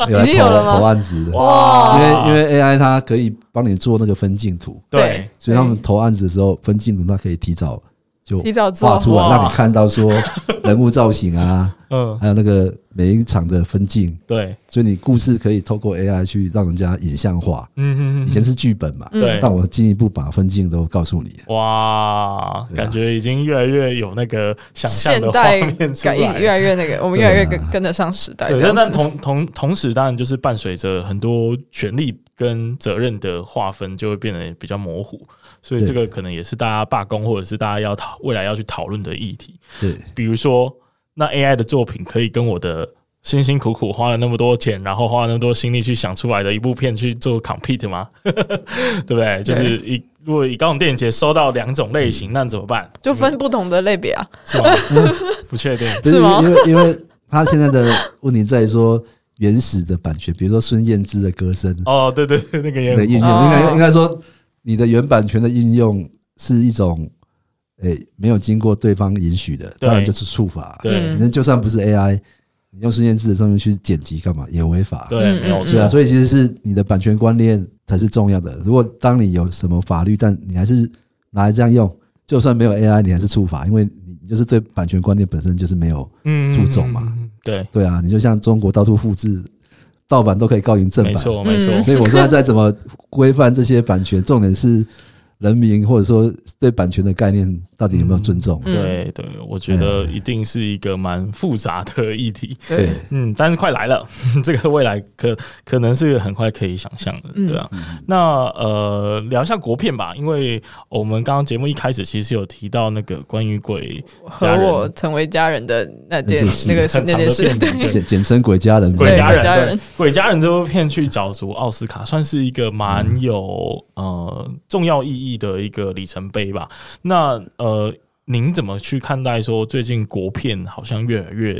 S4: 有
S2: 已
S4: 来
S2: 经有了吗
S4: 投投案子的，
S2: 哇
S4: 因为因为 AI 它可以帮你做那个分镜图，
S3: 对
S4: 所以他们投案子的时候，分镜图它可以提早就
S2: 提早
S4: 画
S2: 做，
S4: 出来，
S3: 哇
S4: 让你看到说 [laughs] 人物造型啊，
S3: 嗯
S4: 还有那个每一场的分镜，
S3: 对
S4: 所以你故事可以透过 AI 去让人家影像化。
S3: 嗯嗯嗯
S4: 以前是剧本嘛，
S2: 嗯
S3: 对
S4: 那我进一步把分镜都告诉你。
S3: 哇，
S4: 对啊
S3: 感觉已经越来越有那个想象
S2: 现
S3: 的画
S2: 代
S3: 面出
S2: 感一
S3: 来了。
S2: 越来越那个，我们
S4: 对
S2: 越
S4: 啊
S2: 来越跟跟得上时代，
S3: 对，
S2: 这
S3: 但但
S2: 样子。
S3: 同同同时，当然就是伴随着很多权利跟责任的划分就会变得比较模糊，所以
S4: 对
S3: 这个可能也是大家罢工或者是大家要讨未来要去讨论的议题。
S4: 对，
S3: 比如说，那 AI 的作品可以跟我的辛辛苦苦花了那么多钱，然后花了那么多心力去想出来的一部片去做 compete 吗？ [laughs] 对不对？嗯就是以如果以高雄电影节收到两种类型，那怎么办？
S2: 就分不同的类别啊，
S3: 是吗？ [laughs] 不确定。
S4: 就是
S2: 吗
S4: 因为因为他现在的问题在于说原始的版权，比如说孙燕姿的歌声
S3: 哦，对对对，那个也
S4: 的应用，
S2: 哦
S4: 应该应该说你的原版权的应用是一种。诶、没有经过对方允许的，
S3: 对
S4: 当然就是触法。
S3: 对
S2: 嗯
S4: 那就算不是 AI，你用孙燕姿的上面去剪辑干嘛也违法。
S3: 对，
S2: 嗯
S3: 没有
S2: 嗯
S4: 对啊，
S3: 错。
S4: 所以其实是你的版权观念才是重要的。如果当你有什么法律，但你还是拿来这样用，就算没有 AI，你还是触法，因为你就是对版权观念本身就是没有。
S3: 嗯
S4: 注重嘛。
S3: 嗯对，
S4: 对啊，你就像中国到处复制盗版都可以告赢正
S3: 没
S4: 版，
S3: 错没
S2: 嗯
S3: 错。
S4: 所以我现在在怎么规范这些版权，重点是人民或者说对版权的概念到底有没有尊重？
S2: 嗯
S3: 对对，我觉得一定是一个蛮复杂的议题。
S4: 对，
S3: 嗯，但是快来了， [laughs] 这个未来可可能是很快可以想象的，
S2: 嗯
S3: 对啊。那呃，聊一下国片吧，因为我们刚刚节目一开始其实有提到那个关于鬼
S2: 和我成为家人的那件
S4: 那
S3: [laughs]
S4: 件事
S2: 那个
S3: 很
S2: 那
S3: 长的
S2: 件事，
S3: 片
S2: 对
S3: 名，对
S4: 简简称“鬼家人”。
S3: 鬼家人，
S2: 对鬼家人
S3: 对鬼家人这部片去角逐奥斯卡，算是一个
S4: 嗯
S3: 蛮有、呃重要意义的一个里程碑吧。那呃，您怎么去看待说最近国片好像越来越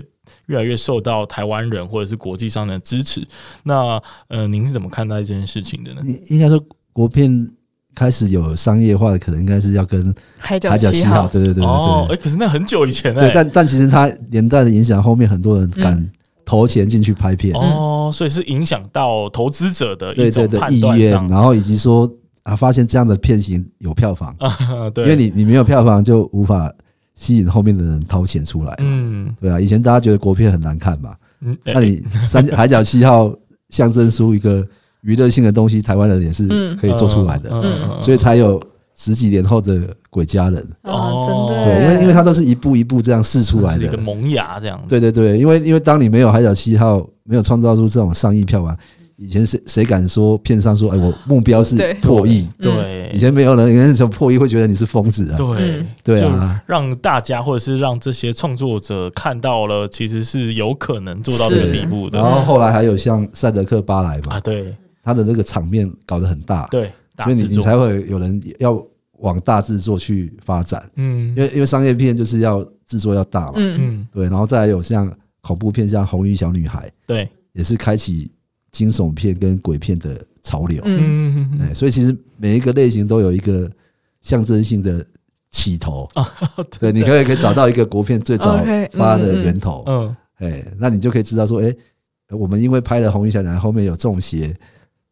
S3: 越来越受到台湾人或者是国际上的支持？那呃，您是怎么看待这件事情的呢？
S4: 应应该说国片开始有商业化的，可能应该是要跟
S2: [laughs] 海角
S4: 海角
S2: 七
S4: 七号，
S2: 号，
S4: 对对对对
S3: 哦，哎、
S4: 对。
S3: 可是那很久以前哎、
S4: 对，但但其实它连带的影响，后面很多人敢投钱进去拍
S2: 嗯
S4: 片，
S3: 哦，所以是影响到投资者的一
S4: 对对
S3: 种
S4: 对
S3: 判
S4: 意
S3: 断
S4: 愿，
S3: 上，
S4: 然后以及说啊，发现这样的片型有票房，
S3: 啊， [laughs] 对，
S4: 因为你你没有票房就无法吸引后面的人掏钱出来，
S3: 嗯
S4: 对啊，以前大家觉得国片很难看嘛，
S3: 嗯，哎
S4: 那你三海角七号象征出一个娱乐性的东西，台湾人也是
S2: 嗯
S4: 可以做出来的，
S2: 嗯
S4: 所以才有十几年后的鬼家人。
S2: 啊
S3: 哦
S2: 真
S4: 对，
S2: 的，
S4: 因为因为它都是一步一步这样试出来
S3: 是一个
S4: 的。
S3: 萌芽这样子。
S4: 对对对，因为因为当你没有海角七号，没有创造出这种上亿票房，以前谁谁敢说片商说，哎，我目标是
S2: 对
S4: 破亿？
S3: 对，
S4: 以前没有人，人家说破亿会觉得你是疯子啊。
S3: 对
S2: 嗯
S4: 对
S3: 就
S4: 啊
S3: 让大家或者是让这些创作者看到了，其实是有可能做到这个
S2: 是
S3: 地步的
S4: 然后后来还有像赛德克巴莱嘛
S3: 啊，，对
S4: 他的那个场面搞得很大，
S3: 对，大
S4: 所以你
S3: 制
S4: 你
S3: 作，
S4: 才会有人要往大制作去发展，
S3: 嗯
S4: 因为因为商业片就是要制作要大嘛，
S2: 嗯，
S3: 嗯，
S4: 对，然后再来有像恐怖片，像《红衣小女孩》，
S3: 对，
S4: 也是开启惊悚片跟鬼片的潮流，
S2: 嗯
S3: 嗯
S4: 哎，所以其实每一个类型都有一个象征性的起头，
S3: 哦
S4: 对，你可以可以找到一个国片最早
S2: OK，嗯
S4: 发的
S2: 嗯
S4: 源头，
S3: 嗯
S4: 哎，那你就可以知道说，哎，我们因为拍了《红衣小女孩》，后面有中邪。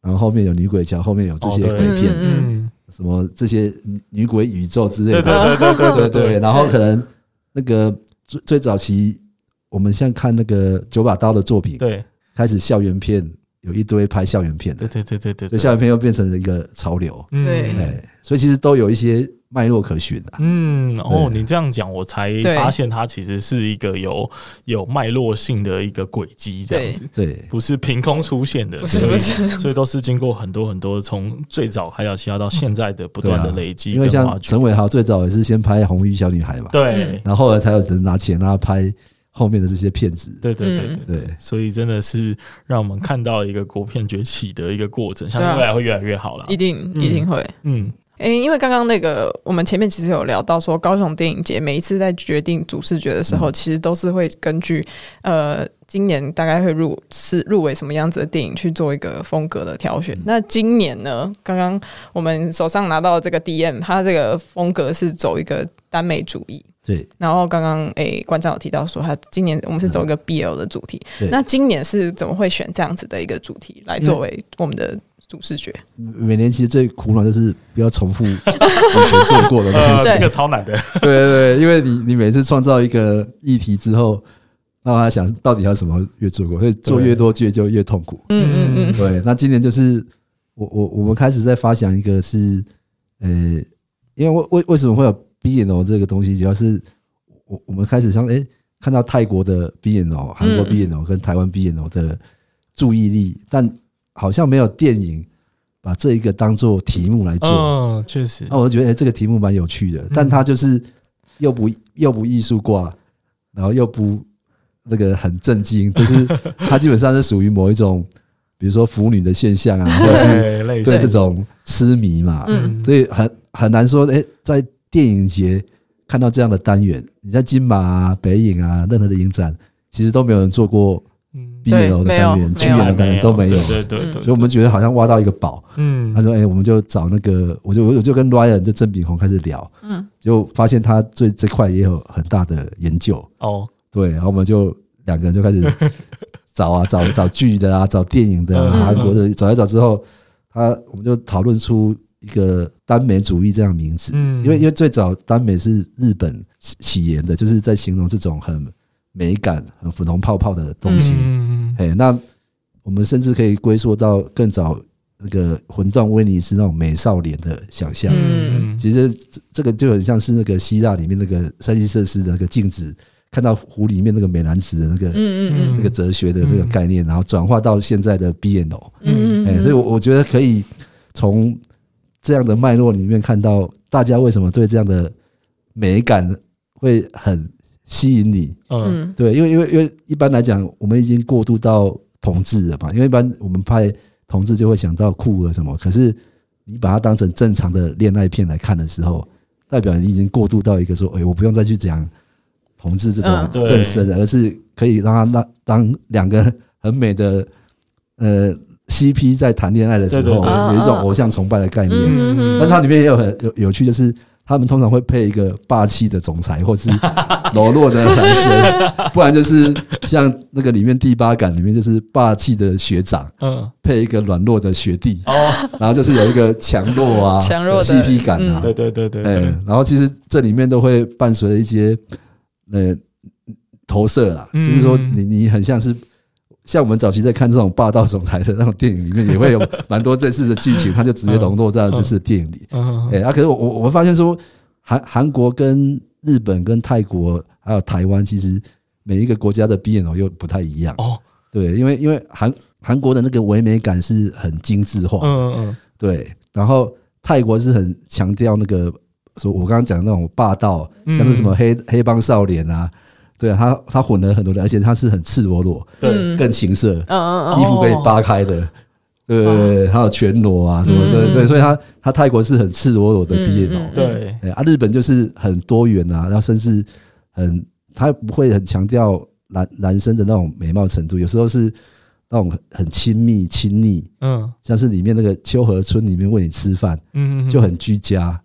S4: 然后后面有女鬼桥，后面有这
S3: 哦
S4: 些
S3: 对
S4: 鬼片，
S2: 嗯
S3: 嗯，
S4: 什么这些女女鬼宇宙之类
S3: 对
S4: 的， [laughs]
S3: 对对对对
S4: 对
S3: 对对，
S4: 然后可能那个最最早期，我们像看那个九把刀的作品，
S3: 对
S4: 开始校园片有一堆拍校园片的
S3: 对，对对对对
S4: 所
S3: 对，
S4: 以校园片又变成了一个潮流，
S2: 对
S3: 嗯
S4: 哎，所以其实都有一些脉络可循的、啊。
S3: 嗯，哦，
S4: 对
S3: 你这样讲，我才
S2: 对
S3: 发现它其实是一个有有脉络性的一个轨迹，这样子
S4: 对，
S3: 不是凭空出现的，
S2: 不是
S3: 所以
S2: 不是
S3: 所以都是经过很多很多从最早海角七号到现在的不
S4: 对
S3: 断的
S4: 啊，
S3: 累积
S4: 因为
S3: 跟挖
S4: 像
S3: 掘
S4: 陈，伟豪最早也是先拍《红衣小女孩》嘛，
S2: 嗯
S3: 对
S4: 然后后来才有人拿钱让他拍后面的这些片子。
S3: 对对对
S2: 嗯
S3: 对
S4: 对，
S3: 所以真的是让我们看到一个国片崛起的一个过程，相
S2: 对啊
S3: 信未来会越来越好了
S2: 一。定
S3: 嗯
S2: 一定会。
S3: 嗯，
S2: 诶、因为刚刚那个我们前面其实有聊到说，高雄电影节每一次在决定主视觉的时候，其实都是会根据呃今年大概会入是入围什么样子的电影去做一个风格的挑选。那今年呢，刚刚我们手上拿到的这个 DM，它这个风格是走一个耽美主义。
S4: 对，
S2: 然后刚刚诶，馆长有提到说，他今年我们是走一个 BL 的主题，
S4: 对
S2: 那今年是怎么会选这样子的一个主题来作为我们的主视觉？
S4: 每年其实最苦恼就是不要重复以前做过
S2: 嗯
S4: 的东
S3: 呃，
S4: 西。
S3: [laughs] 这个超难
S4: [laughs]
S3: 的，
S4: 对对，对，因为你你每次创造一个议题之后，让他想到底要什么越做过，所以做越多剧就越痛苦。
S2: 嗯嗯嗯，
S4: 对，那今年就是我我我们开始在发想一个是，呃，因为为为为什么会有 B N O 这个东西，主要是我我们开始想，哎、看到泰国的 B N O、韩国
S2: 嗯
S4: B N O 跟台湾 B N O 的注意力，但好像没有电影把这一个当做题目来做。
S2: 哦
S3: 嗯，确实
S4: 那，我就觉得，哎、这个题目蛮有趣的，但它就是又不又不艺术挂，然后又不那个很震惊，就是它基本上是属于某一种，比如说腐女的现象啊，或者是
S3: 对，类似
S4: 对这种痴迷嘛，
S2: 嗯
S4: 所以很很难说，哎、在电影节看到这样的单元，你在金马、啊、北影啊，任何的影展，其实都没有人做过
S3: 嗯
S4: B
S2: 对
S4: 楼的
S2: 没有
S4: 单元、
S2: 没
S4: 剧
S2: 有
S4: 演的单元都没有，所
S3: 对对对
S4: 以我们觉得好像挖到一个宝。
S3: 嗯
S4: 他说：“哎、我们就找那个，我就我就跟 Ryan 就郑炳宏开始聊，
S2: 嗯，
S4: 就发现他对这块也有很大的研究，
S3: 哦，
S4: 对，然后我们就两个人就
S3: [laughs]
S4: 开始找啊找找剧的啊，找电影的啊，
S3: 嗯
S4: 韩国的找来找之后，他我们就讨论出一个耽美主义这样的名词，
S3: 嗯
S4: 因为因为最早耽美是日本起起源的，就是在形容这种很美感、很粉红泡泡的东西，
S3: 嗯
S4: 哎，那我们甚至可以追溯到更早那个《魂断威尼斯》那种美少年的想象。
S2: 嗯
S4: 其实这这个就很像是那个希腊里面那个山西设施的那个镜子，看到湖里面那个美男子的那个、
S2: 嗯嗯嗯
S4: 那个哲学的那个概念，然后转化到现在的 BNO。
S2: 嗯嗯
S4: 哎，
S2: 嗯，
S4: 所以我我觉得可以从这样的脉络里面看到大家为什么对这样的美感会很吸引你。
S3: 嗯
S2: 嗯
S4: 对，因为因为因为一般来讲，我们已经过渡到同志了嘛，因为一般我们拍同志就会想到酷儿什么，可是你把它当成正常的恋爱片来看的时候，代表你已经过渡到一个说，哎、我不用再去讲同志这种
S2: 嗯
S3: 对
S4: 更深的，而是可以让它让当两个很美的呃 CP 在谈恋爱的时候，
S3: 对对嗯
S2: 对
S4: 有一种偶像崇拜的概念。
S2: 嗯
S4: 但它里面也有很有有趣，就是他们通常会配一个霸气的总裁或是 [laughs] 柔弱的男生，不然就是像那个里面第八感里面就是霸气的学长
S3: 嗯，
S4: 配一个软弱的学弟，
S3: 哦，
S4: 然后就是有一个强弱啊、
S2: 强弱的嗯
S4: CP 感啊，
S3: 对对对对嗯
S4: 哎、
S3: 对，
S4: 然后其实这里面都会伴随着一些呃投射啦，
S1: 嗯
S4: 就是说你你很像是像我们早期在看这种霸道总裁的那种电影里面，也会有蛮多这次的剧情，它就直接笼络在这次的电影里。
S3: 嗯
S4: 哎、啊，可是我我我发现说韩韩国跟日本跟泰国还有台湾，其实每一个国家的 BNO 又不太一样。
S3: 哦，
S4: 对，因为因为韩韩国的那个唯美感是很精致化的，
S3: 嗯嗯
S4: 对，然后泰国是很强调那个，说我刚刚讲的那种霸道，
S3: 嗯
S2: 嗯
S4: 像是什么黑、黑帮少年啊，对啊，他他混了很多人，而且他是很赤裸裸，
S3: 对，
S4: 更情色，衣
S2: 嗯嗯嗯，
S4: 服被扒开的，对对对，还有全裸啊什么的，
S2: 嗯
S4: 对，所以他他泰国是很赤裸裸的
S2: 嗯
S4: BL，、
S2: 嗯
S3: 对，
S4: 哎啊，日本就是很多元啊，然后甚至很，他不会很强调男男生的那种美貌程度，有时候是那种很很亲密亲昵。
S3: 嗯
S4: 像是里面那个秋河村里面喂你吃饭，
S3: 嗯
S4: 就很居家，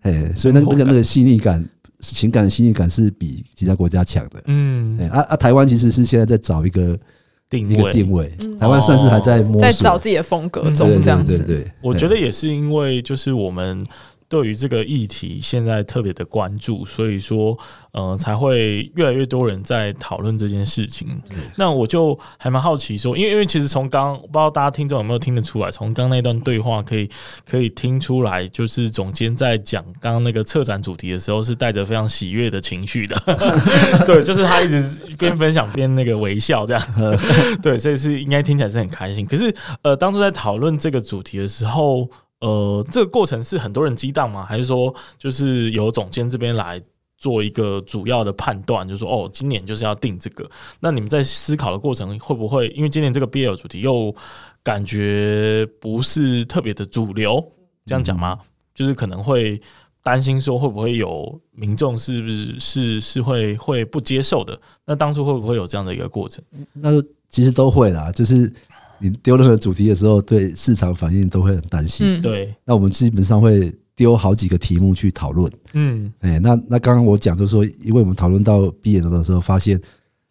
S4: 哎，所以那个那个那个细腻感、情感的细腻感是比其他国家强的。哎
S3: 嗯
S4: 啊啊！台湾其实是现在在找一个
S3: 定
S4: 一个
S3: 位
S4: 定位，台湾算是还在摸索，
S2: 嗯在找自己的风格
S4: 对
S2: 中这样
S4: 对
S2: 子。
S4: 对对，对
S3: 我觉
S4: 哎
S3: 得也是因为就是我们对于这个议题现在特别的关注，所以说呃才会越来越多人在讨论这件事情。那我就还蛮好奇说，因为因为其实从刚不知道大家听众有没有听得出来，从刚那段对话可以可以听出来，就是总监在讲刚刚那个策展主题的时候是带着非常喜悦的情绪的， [laughs] 对，就是他一直边分享边那个微笑这样， [laughs] 对，所以是应该听起来是很开心。可是呃，当初在讨论这个主题的时候，呃，这个过程是很多人激荡吗？还是说就是由总监这边来做一个主要的判断，就是说哦，今年就是要定这个？那你们在思考的过程会不会因为今年这个 BL 主题又感觉不是特别的主流？这样讲吗？就是可能会。担心说会不会有民众是不是是是会会不接受的？那当初会不会有这样的一个过程？
S4: 那就其实都会啦，就是你丢任何主题的时候，对市场反应都会很担心。
S2: 嗯，
S3: 对，
S4: 那我们基本上会丢好几个题目去讨论。
S3: 嗯，
S4: 哎，那那刚刚我讲就是说，因为我们讨论到毕业的时候，发现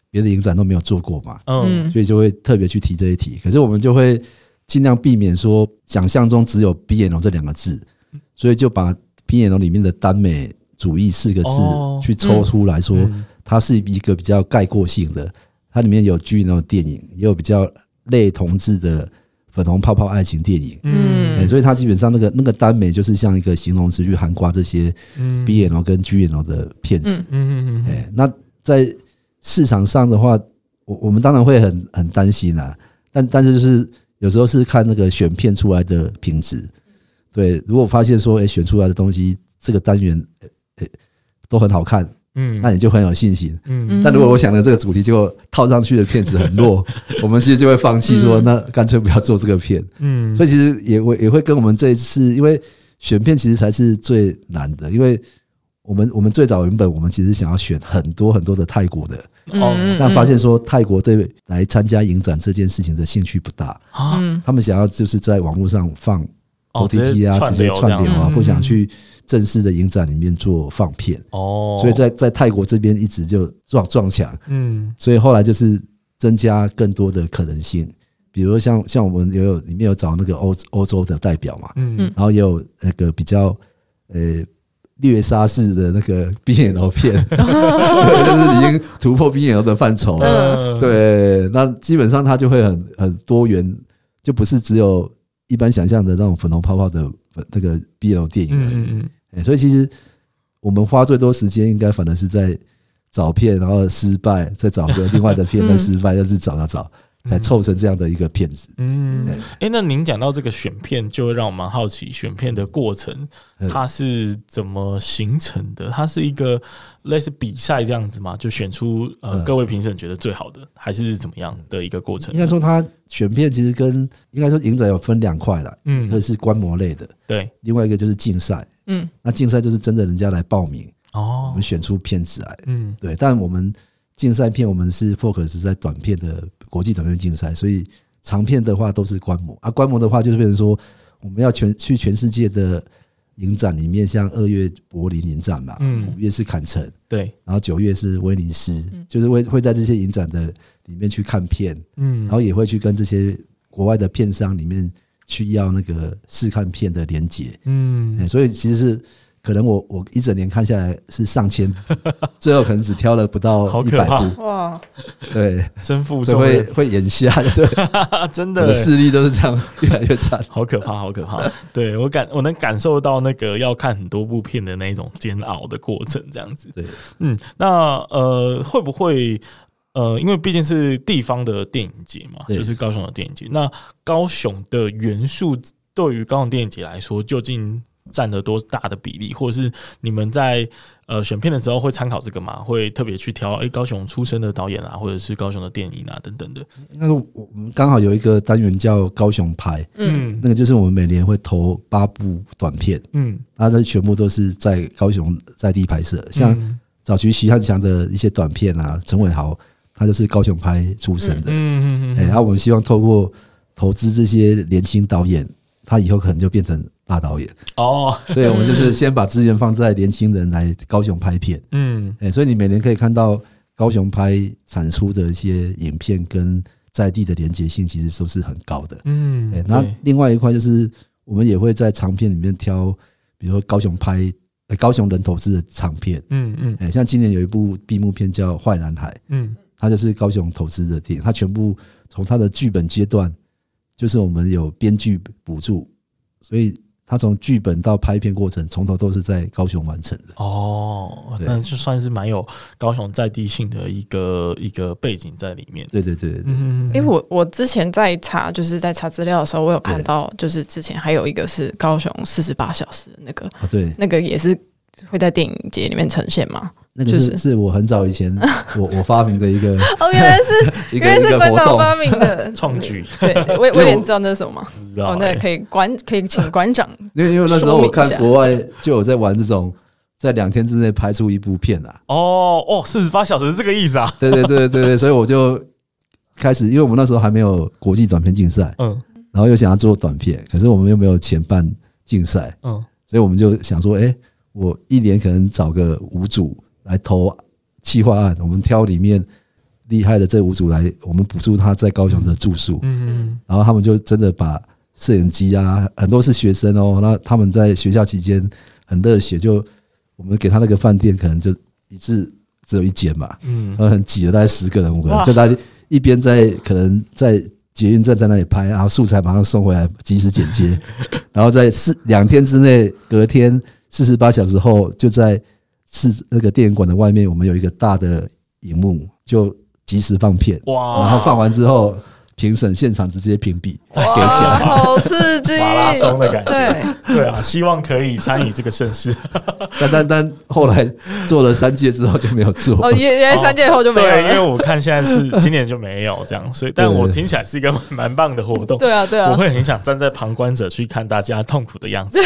S4: 别的影展都没有做过嘛，
S3: 嗯
S2: 嗯
S4: 所以就会特别去提这一题。可是我们就会尽量避免说想象中只有 BNO 这两个字，
S3: 嗯
S4: 所以就把 BNO 里面的耽美主义四个字
S3: 哦
S4: 去抽出来说，
S3: 嗯
S4: 它是一个比较概括性的，它里面有 GNO 电影，也有比较类同志的粉红泡泡爱情电影。
S2: 嗯
S4: 哎所以它基本上那个那个耽美就是像一个形容词去涵盖这些
S3: 嗯
S4: BNO 跟 GNO 的片子
S3: 嗯
S2: 嗯。
S3: 嗯嗯
S4: 哎，那在市场上的话，我我们当然会很很担心啦、但但是就是有时候是看那个选片出来的品质，对，如果发现说，哎、选出来的东西这个单元，哎、哎都很好看，
S3: 嗯，
S4: 那你就很有信心。
S3: 嗯
S4: 但如果我想的这个主题结果套上去的片子
S3: [laughs]
S4: 很弱，我们其实就会放弃说，
S2: 嗯
S4: 那干脆不要做这个片。
S3: 嗯，
S4: 所
S3: 以
S4: 以其实也会也会跟我们这一次，因为选片其实才是最难的，因为我们我们最早原本我们其实想要选很多很多的泰国的，
S3: 哦
S2: 嗯
S4: 但发现说泰国对来参加影展这件事情的兴趣不大，
S3: 啊
S2: 嗯
S4: 他们想要就是在网络上放
S3: 哦直
S4: OTP
S3: 接
S4: 啊，
S3: 串
S4: 直接
S3: 流这
S4: 串
S3: 样
S4: 流啊，
S2: 嗯
S4: 不想去正式的影展里面做放片，
S3: 哦，
S4: 所以在在泰国这边一直就撞撞墙，
S3: 嗯
S4: 所以后来就是增加更多的可能性。比如说像像我们也有里面有找那个欧欧洲的代表嘛，
S3: 嗯
S2: 嗯
S4: 然后也有那个比较呃虐杀式的那个 BNL 片，对就是已经突破 BNL 的范畴。了。
S3: 嗯，
S4: 对，那基本上它就会很很多元，就不是只有一般想象的那种粉红泡泡的呃那个 BNL 电影而已。
S3: 嗯嗯
S4: 哎所以其实我们花最多时间，应该反而是在找片，然后失败，再找个另外的片，
S2: 嗯
S4: 再失败，又是找找啊找，才凑成这样的一个片子。
S3: 嗯，哎、那您讲到这个选片，就会让我蛮好奇，选片的过程
S4: 嗯
S3: 它是怎么形成的？它是一个类似比赛这样子吗？就选出呃
S4: 嗯
S3: 各位评审觉得最好的，还是怎么样的一个过程？
S4: 应该说，它选片其实跟应该说影展有分两块啦，
S3: 嗯
S4: 一个是观摩类的，
S3: 对
S4: 另外一个就是竞赛。
S2: 嗯
S4: 那竞赛就是真的人家来报名，我
S3: 哦
S4: 们，选出片子来。
S3: 嗯
S4: 对，但我们竞赛片我们是 focus 在短片的国际短片竞赛，所以长片的话都是观摩啊，观摩的话就是变成说我们要全去全世界的影展里面，像二月柏林影展嘛，
S3: 嗯
S4: 五月是坎城，
S3: 对，
S4: 然后九月是威尼斯，就是会会在这些影展的里面去看片，
S3: 嗯
S4: 然后也会去跟这些国外的片商里面去要那个试看片的连接，
S3: 嗯
S4: 哎，所以其实是可能我我一整年看下来是上千， [laughs] 最后可能只挑了不
S3: 好
S4: 到一
S3: 可
S4: 百
S3: 怕
S4: 部，
S2: 哇，
S4: 对，
S3: 身负
S4: 所以
S3: 重
S4: 会
S3: 任，
S4: 会眼瞎，对，
S3: [laughs] 真
S4: 我
S3: 的欸
S4: 的视力都是这样越来越差。
S3: 好可
S4: [laughs]
S3: 怕，好可怕！对我感我能感受到那个要看很多部片的那种煎熬的过程，这样子。
S4: 对，
S3: 嗯，那呃，会不会呃，因为毕竟是地方的电影节嘛，
S4: 对
S3: 就是高雄的电影节，那高雄的元素对于高雄电影节来说，究竟占了多大的比例，或者是你们在呃选片的时候会参考这个吗？会特别去挑诶、高雄出身的导演啊，或者是高雄的电影啊等等的。
S4: 那个我我们刚好有一个单元叫高雄拍，
S2: 嗯，
S4: 那个就是我们每年会投八部短片，
S3: 嗯，
S4: 它的全部都是在高雄在地拍摄，像
S3: 嗯
S4: 早期徐汉强的一些短片啊，陈伟豪他就是高雄拍出身的，
S3: 嗯嗯
S4: 哎，然后我们希望透过投资这些年轻导演，他以后可能就变成大导
S3: [laughs]
S4: 演，
S3: 哦，
S4: 所以我们就是先把资源放在年轻人来高雄拍片，
S3: 嗯
S4: 哎，所以你每年可以看到高雄拍产出的一些影片跟在地的连接性，其实都是很高的。
S3: 嗯，
S4: 哎，那
S3: 对
S4: 另外一块就是我们也会在长片里面挑，比如说高雄拍、呃高雄人投资的长片，
S3: 嗯嗯
S4: 哎，像今年有一部闭幕片叫《坏男孩》，
S3: 嗯
S4: 它就是高雄投资的电影，它全部从它的剧本阶段，就是我们有编剧补助，所以它从剧本到拍片过程，从头都是在高雄完成的。
S3: 哦，
S4: 对
S3: 那就算是蛮有高雄在地性的一个一个背景在里面。
S4: 对对对对对
S3: 嗯，嗯嗯
S2: 因为我我之前在查，就是在查资料的时候，我有看到，就是之前还有一个是高雄四十八小时的那个，
S4: 啊，对，
S2: 那个也是会在电影节里面呈现嘛。
S4: 那个是
S2: 就是
S4: 是我很早以前我我发明的一个
S2: 哦，原来是
S4: [laughs] 一
S2: 原来
S4: 个一
S2: 是
S4: 个
S2: 关
S4: 活
S2: 导 [laughs]
S4: 动，
S2: 发明
S4: [laughs]
S2: 的
S3: 创。举
S2: 对，我我
S4: 因为我哎
S2: 有点知道那是什么嘛。
S3: 不知道
S2: 哦，那
S3: 欸
S2: 可以馆可以请馆长。
S4: 因为因为那时候
S2: 说明
S4: 我
S2: 一下
S4: 看国外就有在玩这种，在两天之内拍出一部片啦。
S3: 哦哦，四十八小时是这个意思啊。
S4: 对对对对对， [laughs] 所以我就开始，因为我们那时候还没有国际短片竞赛，
S3: 嗯
S4: 然后又想要做短片，可是我们又没有前办竞赛，
S3: 嗯
S4: 所以我们就想说，哎、我一年可能找个五组来投企划案，我们挑里面厉害的这五组来，我们补助他在高雄的住宿，
S3: 嗯
S4: 然后他们就真的把摄影机啊，很多是学生哦，那他们在学校期间很热血，就我们给他那个饭店可能就一次只有一间嘛，
S3: 嗯
S4: 然后很呃挤了，大概十个人五个人，
S3: 哇
S4: 就大家一边在可能在捷运站在那里拍，然后素材马上送回来，及时剪接，然后在四两天之内，隔天四十八小时后，就在是那个电影馆的外面，我们有一个大的荧幕，就及时放片，
S3: 嗯，哇，
S4: 然后放完之后，评审现场直接屏蔽。
S2: 哇
S3: 给奖
S2: 好刺激！
S3: 马拉松的感觉，
S2: 对，
S3: 对啊，希望可以参与这个盛
S2: [laughs]
S3: 世。
S4: 但但但后来做了三届之后就没有做。
S2: 哦，原原来三届后就没
S3: 对，因
S2: 有
S3: 为
S2: 了。
S3: 我看现在是今年就没有这样，所以但我听起来是一个蛮棒的活动。
S2: [laughs] 对啊，对
S3: 我
S2: 啊，
S3: 会很想站在旁观者去看大家痛苦的样子。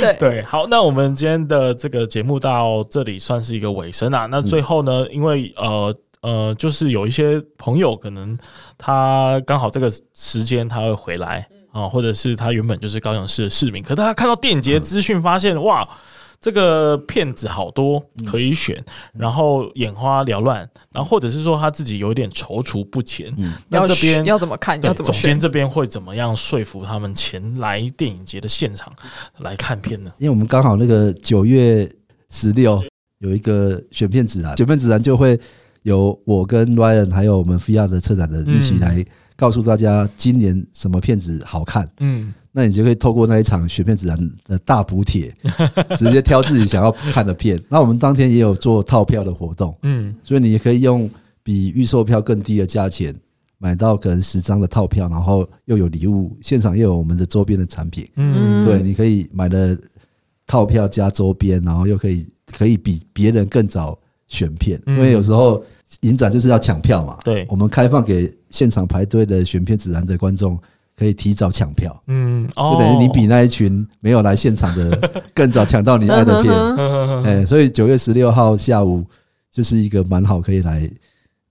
S2: 对。
S3: 对，好，那我们今天的这个节目到这里算是一个尾声啊。那
S2: 嗯
S3: 最后呢，因为呃呃，就是有一些朋友可能他刚好这个时间他会回来
S2: 嗯
S3: 啊、或者是他原本就是高雄市的市民，可是他看到电影节资讯，发
S2: 嗯
S3: 现哇。这个片子好多可以选，
S2: 嗯
S3: 然后眼花缭乱，然后或者是说他自己有一点踌躇不前，那
S2: 嗯要
S3: 这边
S2: 要怎么看？
S3: 对，
S2: 要怎么
S3: 总
S2: 选
S3: 监？这边会怎么样说服他们前来电影节的现场来看片呢？
S4: 因为我们刚好那个九月十六有一个选片指南，选片指南就会有我跟 Ryan 还有我们 FIA 的策展人一起
S3: 嗯
S4: 来告诉大家今年什么片子好看。
S3: 嗯，
S4: 那你就可以透过那一场选片指南的大补帖，直接挑自己想要看的片。那我们当天也有做套票的活动，
S3: 嗯
S4: 所以你也可以用比预售票更低的价钱买到可能十张的套票，然后又有礼物，现场又有我们的周边的产品。
S3: 嗯
S2: 嗯
S4: 对，你可以买了套票加周边，然后又可以可以比别人更早选片，
S3: 嗯
S4: 因为有时候影展就是要抢票嘛。
S3: 对
S4: 我们开放给现场排队的选片指南的观众可以提早抢票，
S3: 嗯，哦
S4: 就，等于你比那一群没有来现场的更早抢到你爱的片。
S3: 嗯，
S4: 哎，所以九月十六号下午就是一个蛮好可以来。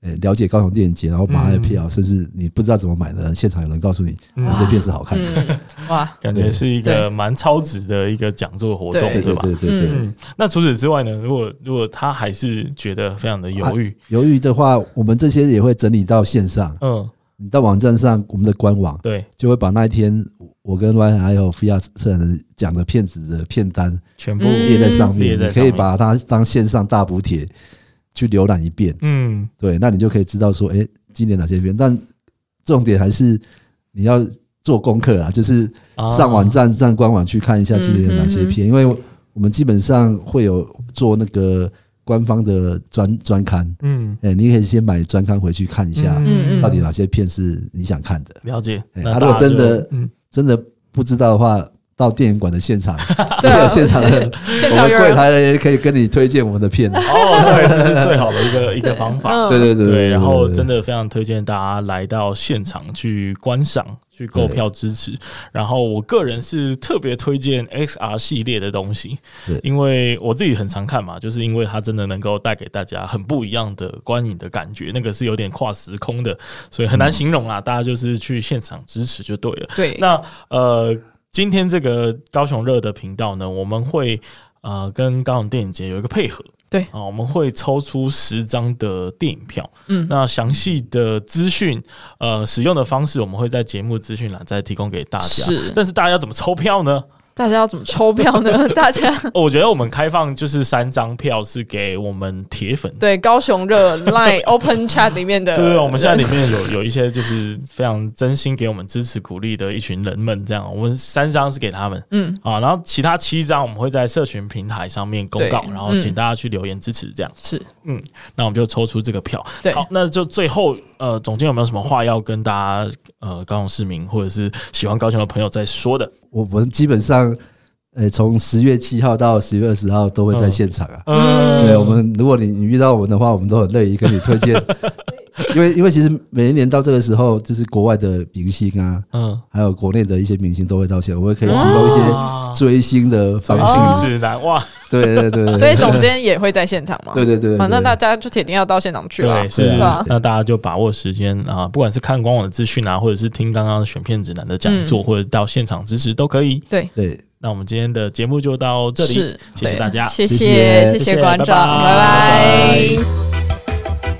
S4: 呃了解高雄电影节，然后买他的票，甚至你不知道怎么买的，现场有人告诉你
S3: 嗯
S4: 哪些片是好看的。
S2: 嗯， [laughs] 哇，
S3: 感觉是一
S2: 对
S3: 个蛮超值的一个讲座活动，
S2: 对
S4: 对对
S3: 吧？
S4: 对对对。
S3: 嗯，那除此之外呢？如果如果他还是觉得非常的犹豫，
S4: 由于的话，我们这些也会整理到线上，
S3: 嗯，
S4: 你到网站上，我们的官网
S3: 对，
S4: 就会把那一天我跟 Y 还有菲亚策展人讲的片子的片单
S3: 全部，
S2: 嗯
S4: 列在上
S3: 列
S4: 面，
S3: 在
S4: 你
S3: 上
S4: 可
S3: 面
S4: 以把它当线上大补帖去浏览一遍。
S3: 嗯，
S4: 对，那你就可以知道说，哎、今年哪些片。但重点还是你要做功课啊，就是
S3: 啊
S2: 哦
S4: 上网，站、上官网去看一下今年有
S2: 嗯
S4: 哪些片，因为我们基本上会有做那个官方的专专刊，
S3: 嗯，
S4: 哎、你可以先买专刊回去看一下，
S2: 嗯嗯
S4: 到底哪些片是你想看的。
S3: 了解。
S4: 哎
S3: 那
S4: 啊
S3: 大
S4: 如
S3: 家
S4: 果
S3: 就
S4: 真的
S3: 嗯，
S4: 真的不知道的话，到电影馆的现
S2: [laughs]
S4: 场，
S2: 对啊
S4: 会有现场的
S2: 现
S4: 我
S2: 场
S4: 们
S2: 有
S4: 柜
S2: 人
S4: 台的也可以跟你推荐我们的片。
S3: 哦，对，这是最好的一个一个方
S2: [laughs]
S3: 法。
S2: 嗯
S4: 对对对
S3: 对，然后真
S4: 的
S3: 的非常推荐大家来到现场去观赏、去购票支持。然后我个人是特别推荐 XR 系列的东西
S4: 对，
S3: 因为我自己很常看嘛，就是因为它真的能够带给大家很不一样的观影的感觉，那个是有点跨时空的，所以很
S4: 嗯
S3: 难形容啦。大家就是去现场支持就对了。
S2: 对，
S3: 那呃，今天这个高雄热的频道呢，我们会呃跟高雄电影节有一个配合。
S2: 对
S3: 啊、我们会抽出十张的电影票。
S2: 嗯
S3: 那详细的资讯，呃，使用的方式，我们会在节目资讯栏再提供给大家。
S2: 是
S3: 但是大家要怎么抽票呢？ [laughs]
S2: 大家要怎么抽票呢？ [laughs] 大家
S3: 哦我觉得我们开放就是三张票是给我们铁粉。
S2: 对高雄 [laughs] 热 Line Open Chat 里面的，
S3: 对对，我们现在里面有 [laughs] 有一些就是非常真心给我们支持鼓励的一群人们，这样我们三张是给他们，
S2: 嗯
S3: 啊，然后其他七张我们会在社群平台上面公告，
S2: 对
S3: 然后请
S2: 嗯
S3: 大家去留言支持，这样，
S2: 是
S3: 嗯，那我们就抽出这个票。
S2: 对
S3: 好，那就最后呃，总监有没有什么话要跟大家呃高雄市民或者是喜欢高雄的朋友在说的？
S4: 我们基本上，呃，从十月七号到十月二十号都会在现场啊。
S2: 嗯
S4: 对我们，如果你你遇到我们的话，我们都很乐意跟你推荐， [laughs] 因为因为其实每一年到这个时候，就是国外的明星啊，
S3: 嗯，
S4: 还有国内的一些明星都会到现场，我也可以提供一
S3: 哇
S4: 些追星的方
S2: 哦
S4: 式。
S3: 指南哇，
S4: 对对对对，
S2: 所以总监也会在现场嘛？
S4: 对对对对，
S2: 反正
S4: 对
S2: 大家就铁定要到现场去了
S3: 对，。是
S4: 对
S2: 啊
S3: 那大家就把握时间啊，不管是看官网的资讯啊，或者是听刚刚选片指南的讲
S2: 嗯
S3: 座，或者到现场支持都可以。
S2: 对，
S4: 对。
S3: 那我们今天的节目就到这里，
S2: 是，
S3: 谢谢
S2: 对
S3: 大家。
S2: 谢
S4: 谢
S2: 谢
S4: 谢
S3: 谢
S2: 谢
S3: 谢
S2: 馆
S3: 拜
S2: 长，
S3: 拜
S2: 拜
S3: 拜拜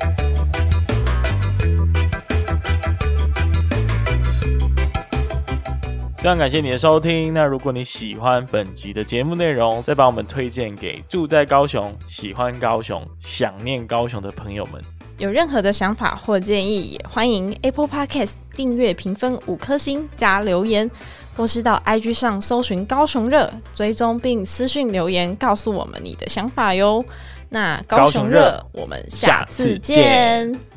S3: 非常感谢你的收听。那如果你喜欢本集的节目内容，再把我们推荐给住在高雄、喜欢高雄、想念高雄的朋友们。
S5: 有任何的想法或建议，也欢迎 Apple Podcast 订阅、评分五颗星加留言，或是到 IG 上搜寻高雄热，追踪并私讯留言告诉我们你的想法哟。那高
S3: 高雄
S5: 雄
S3: 热
S5: 热，我们下
S3: 下次
S5: 次
S3: 见
S5: 见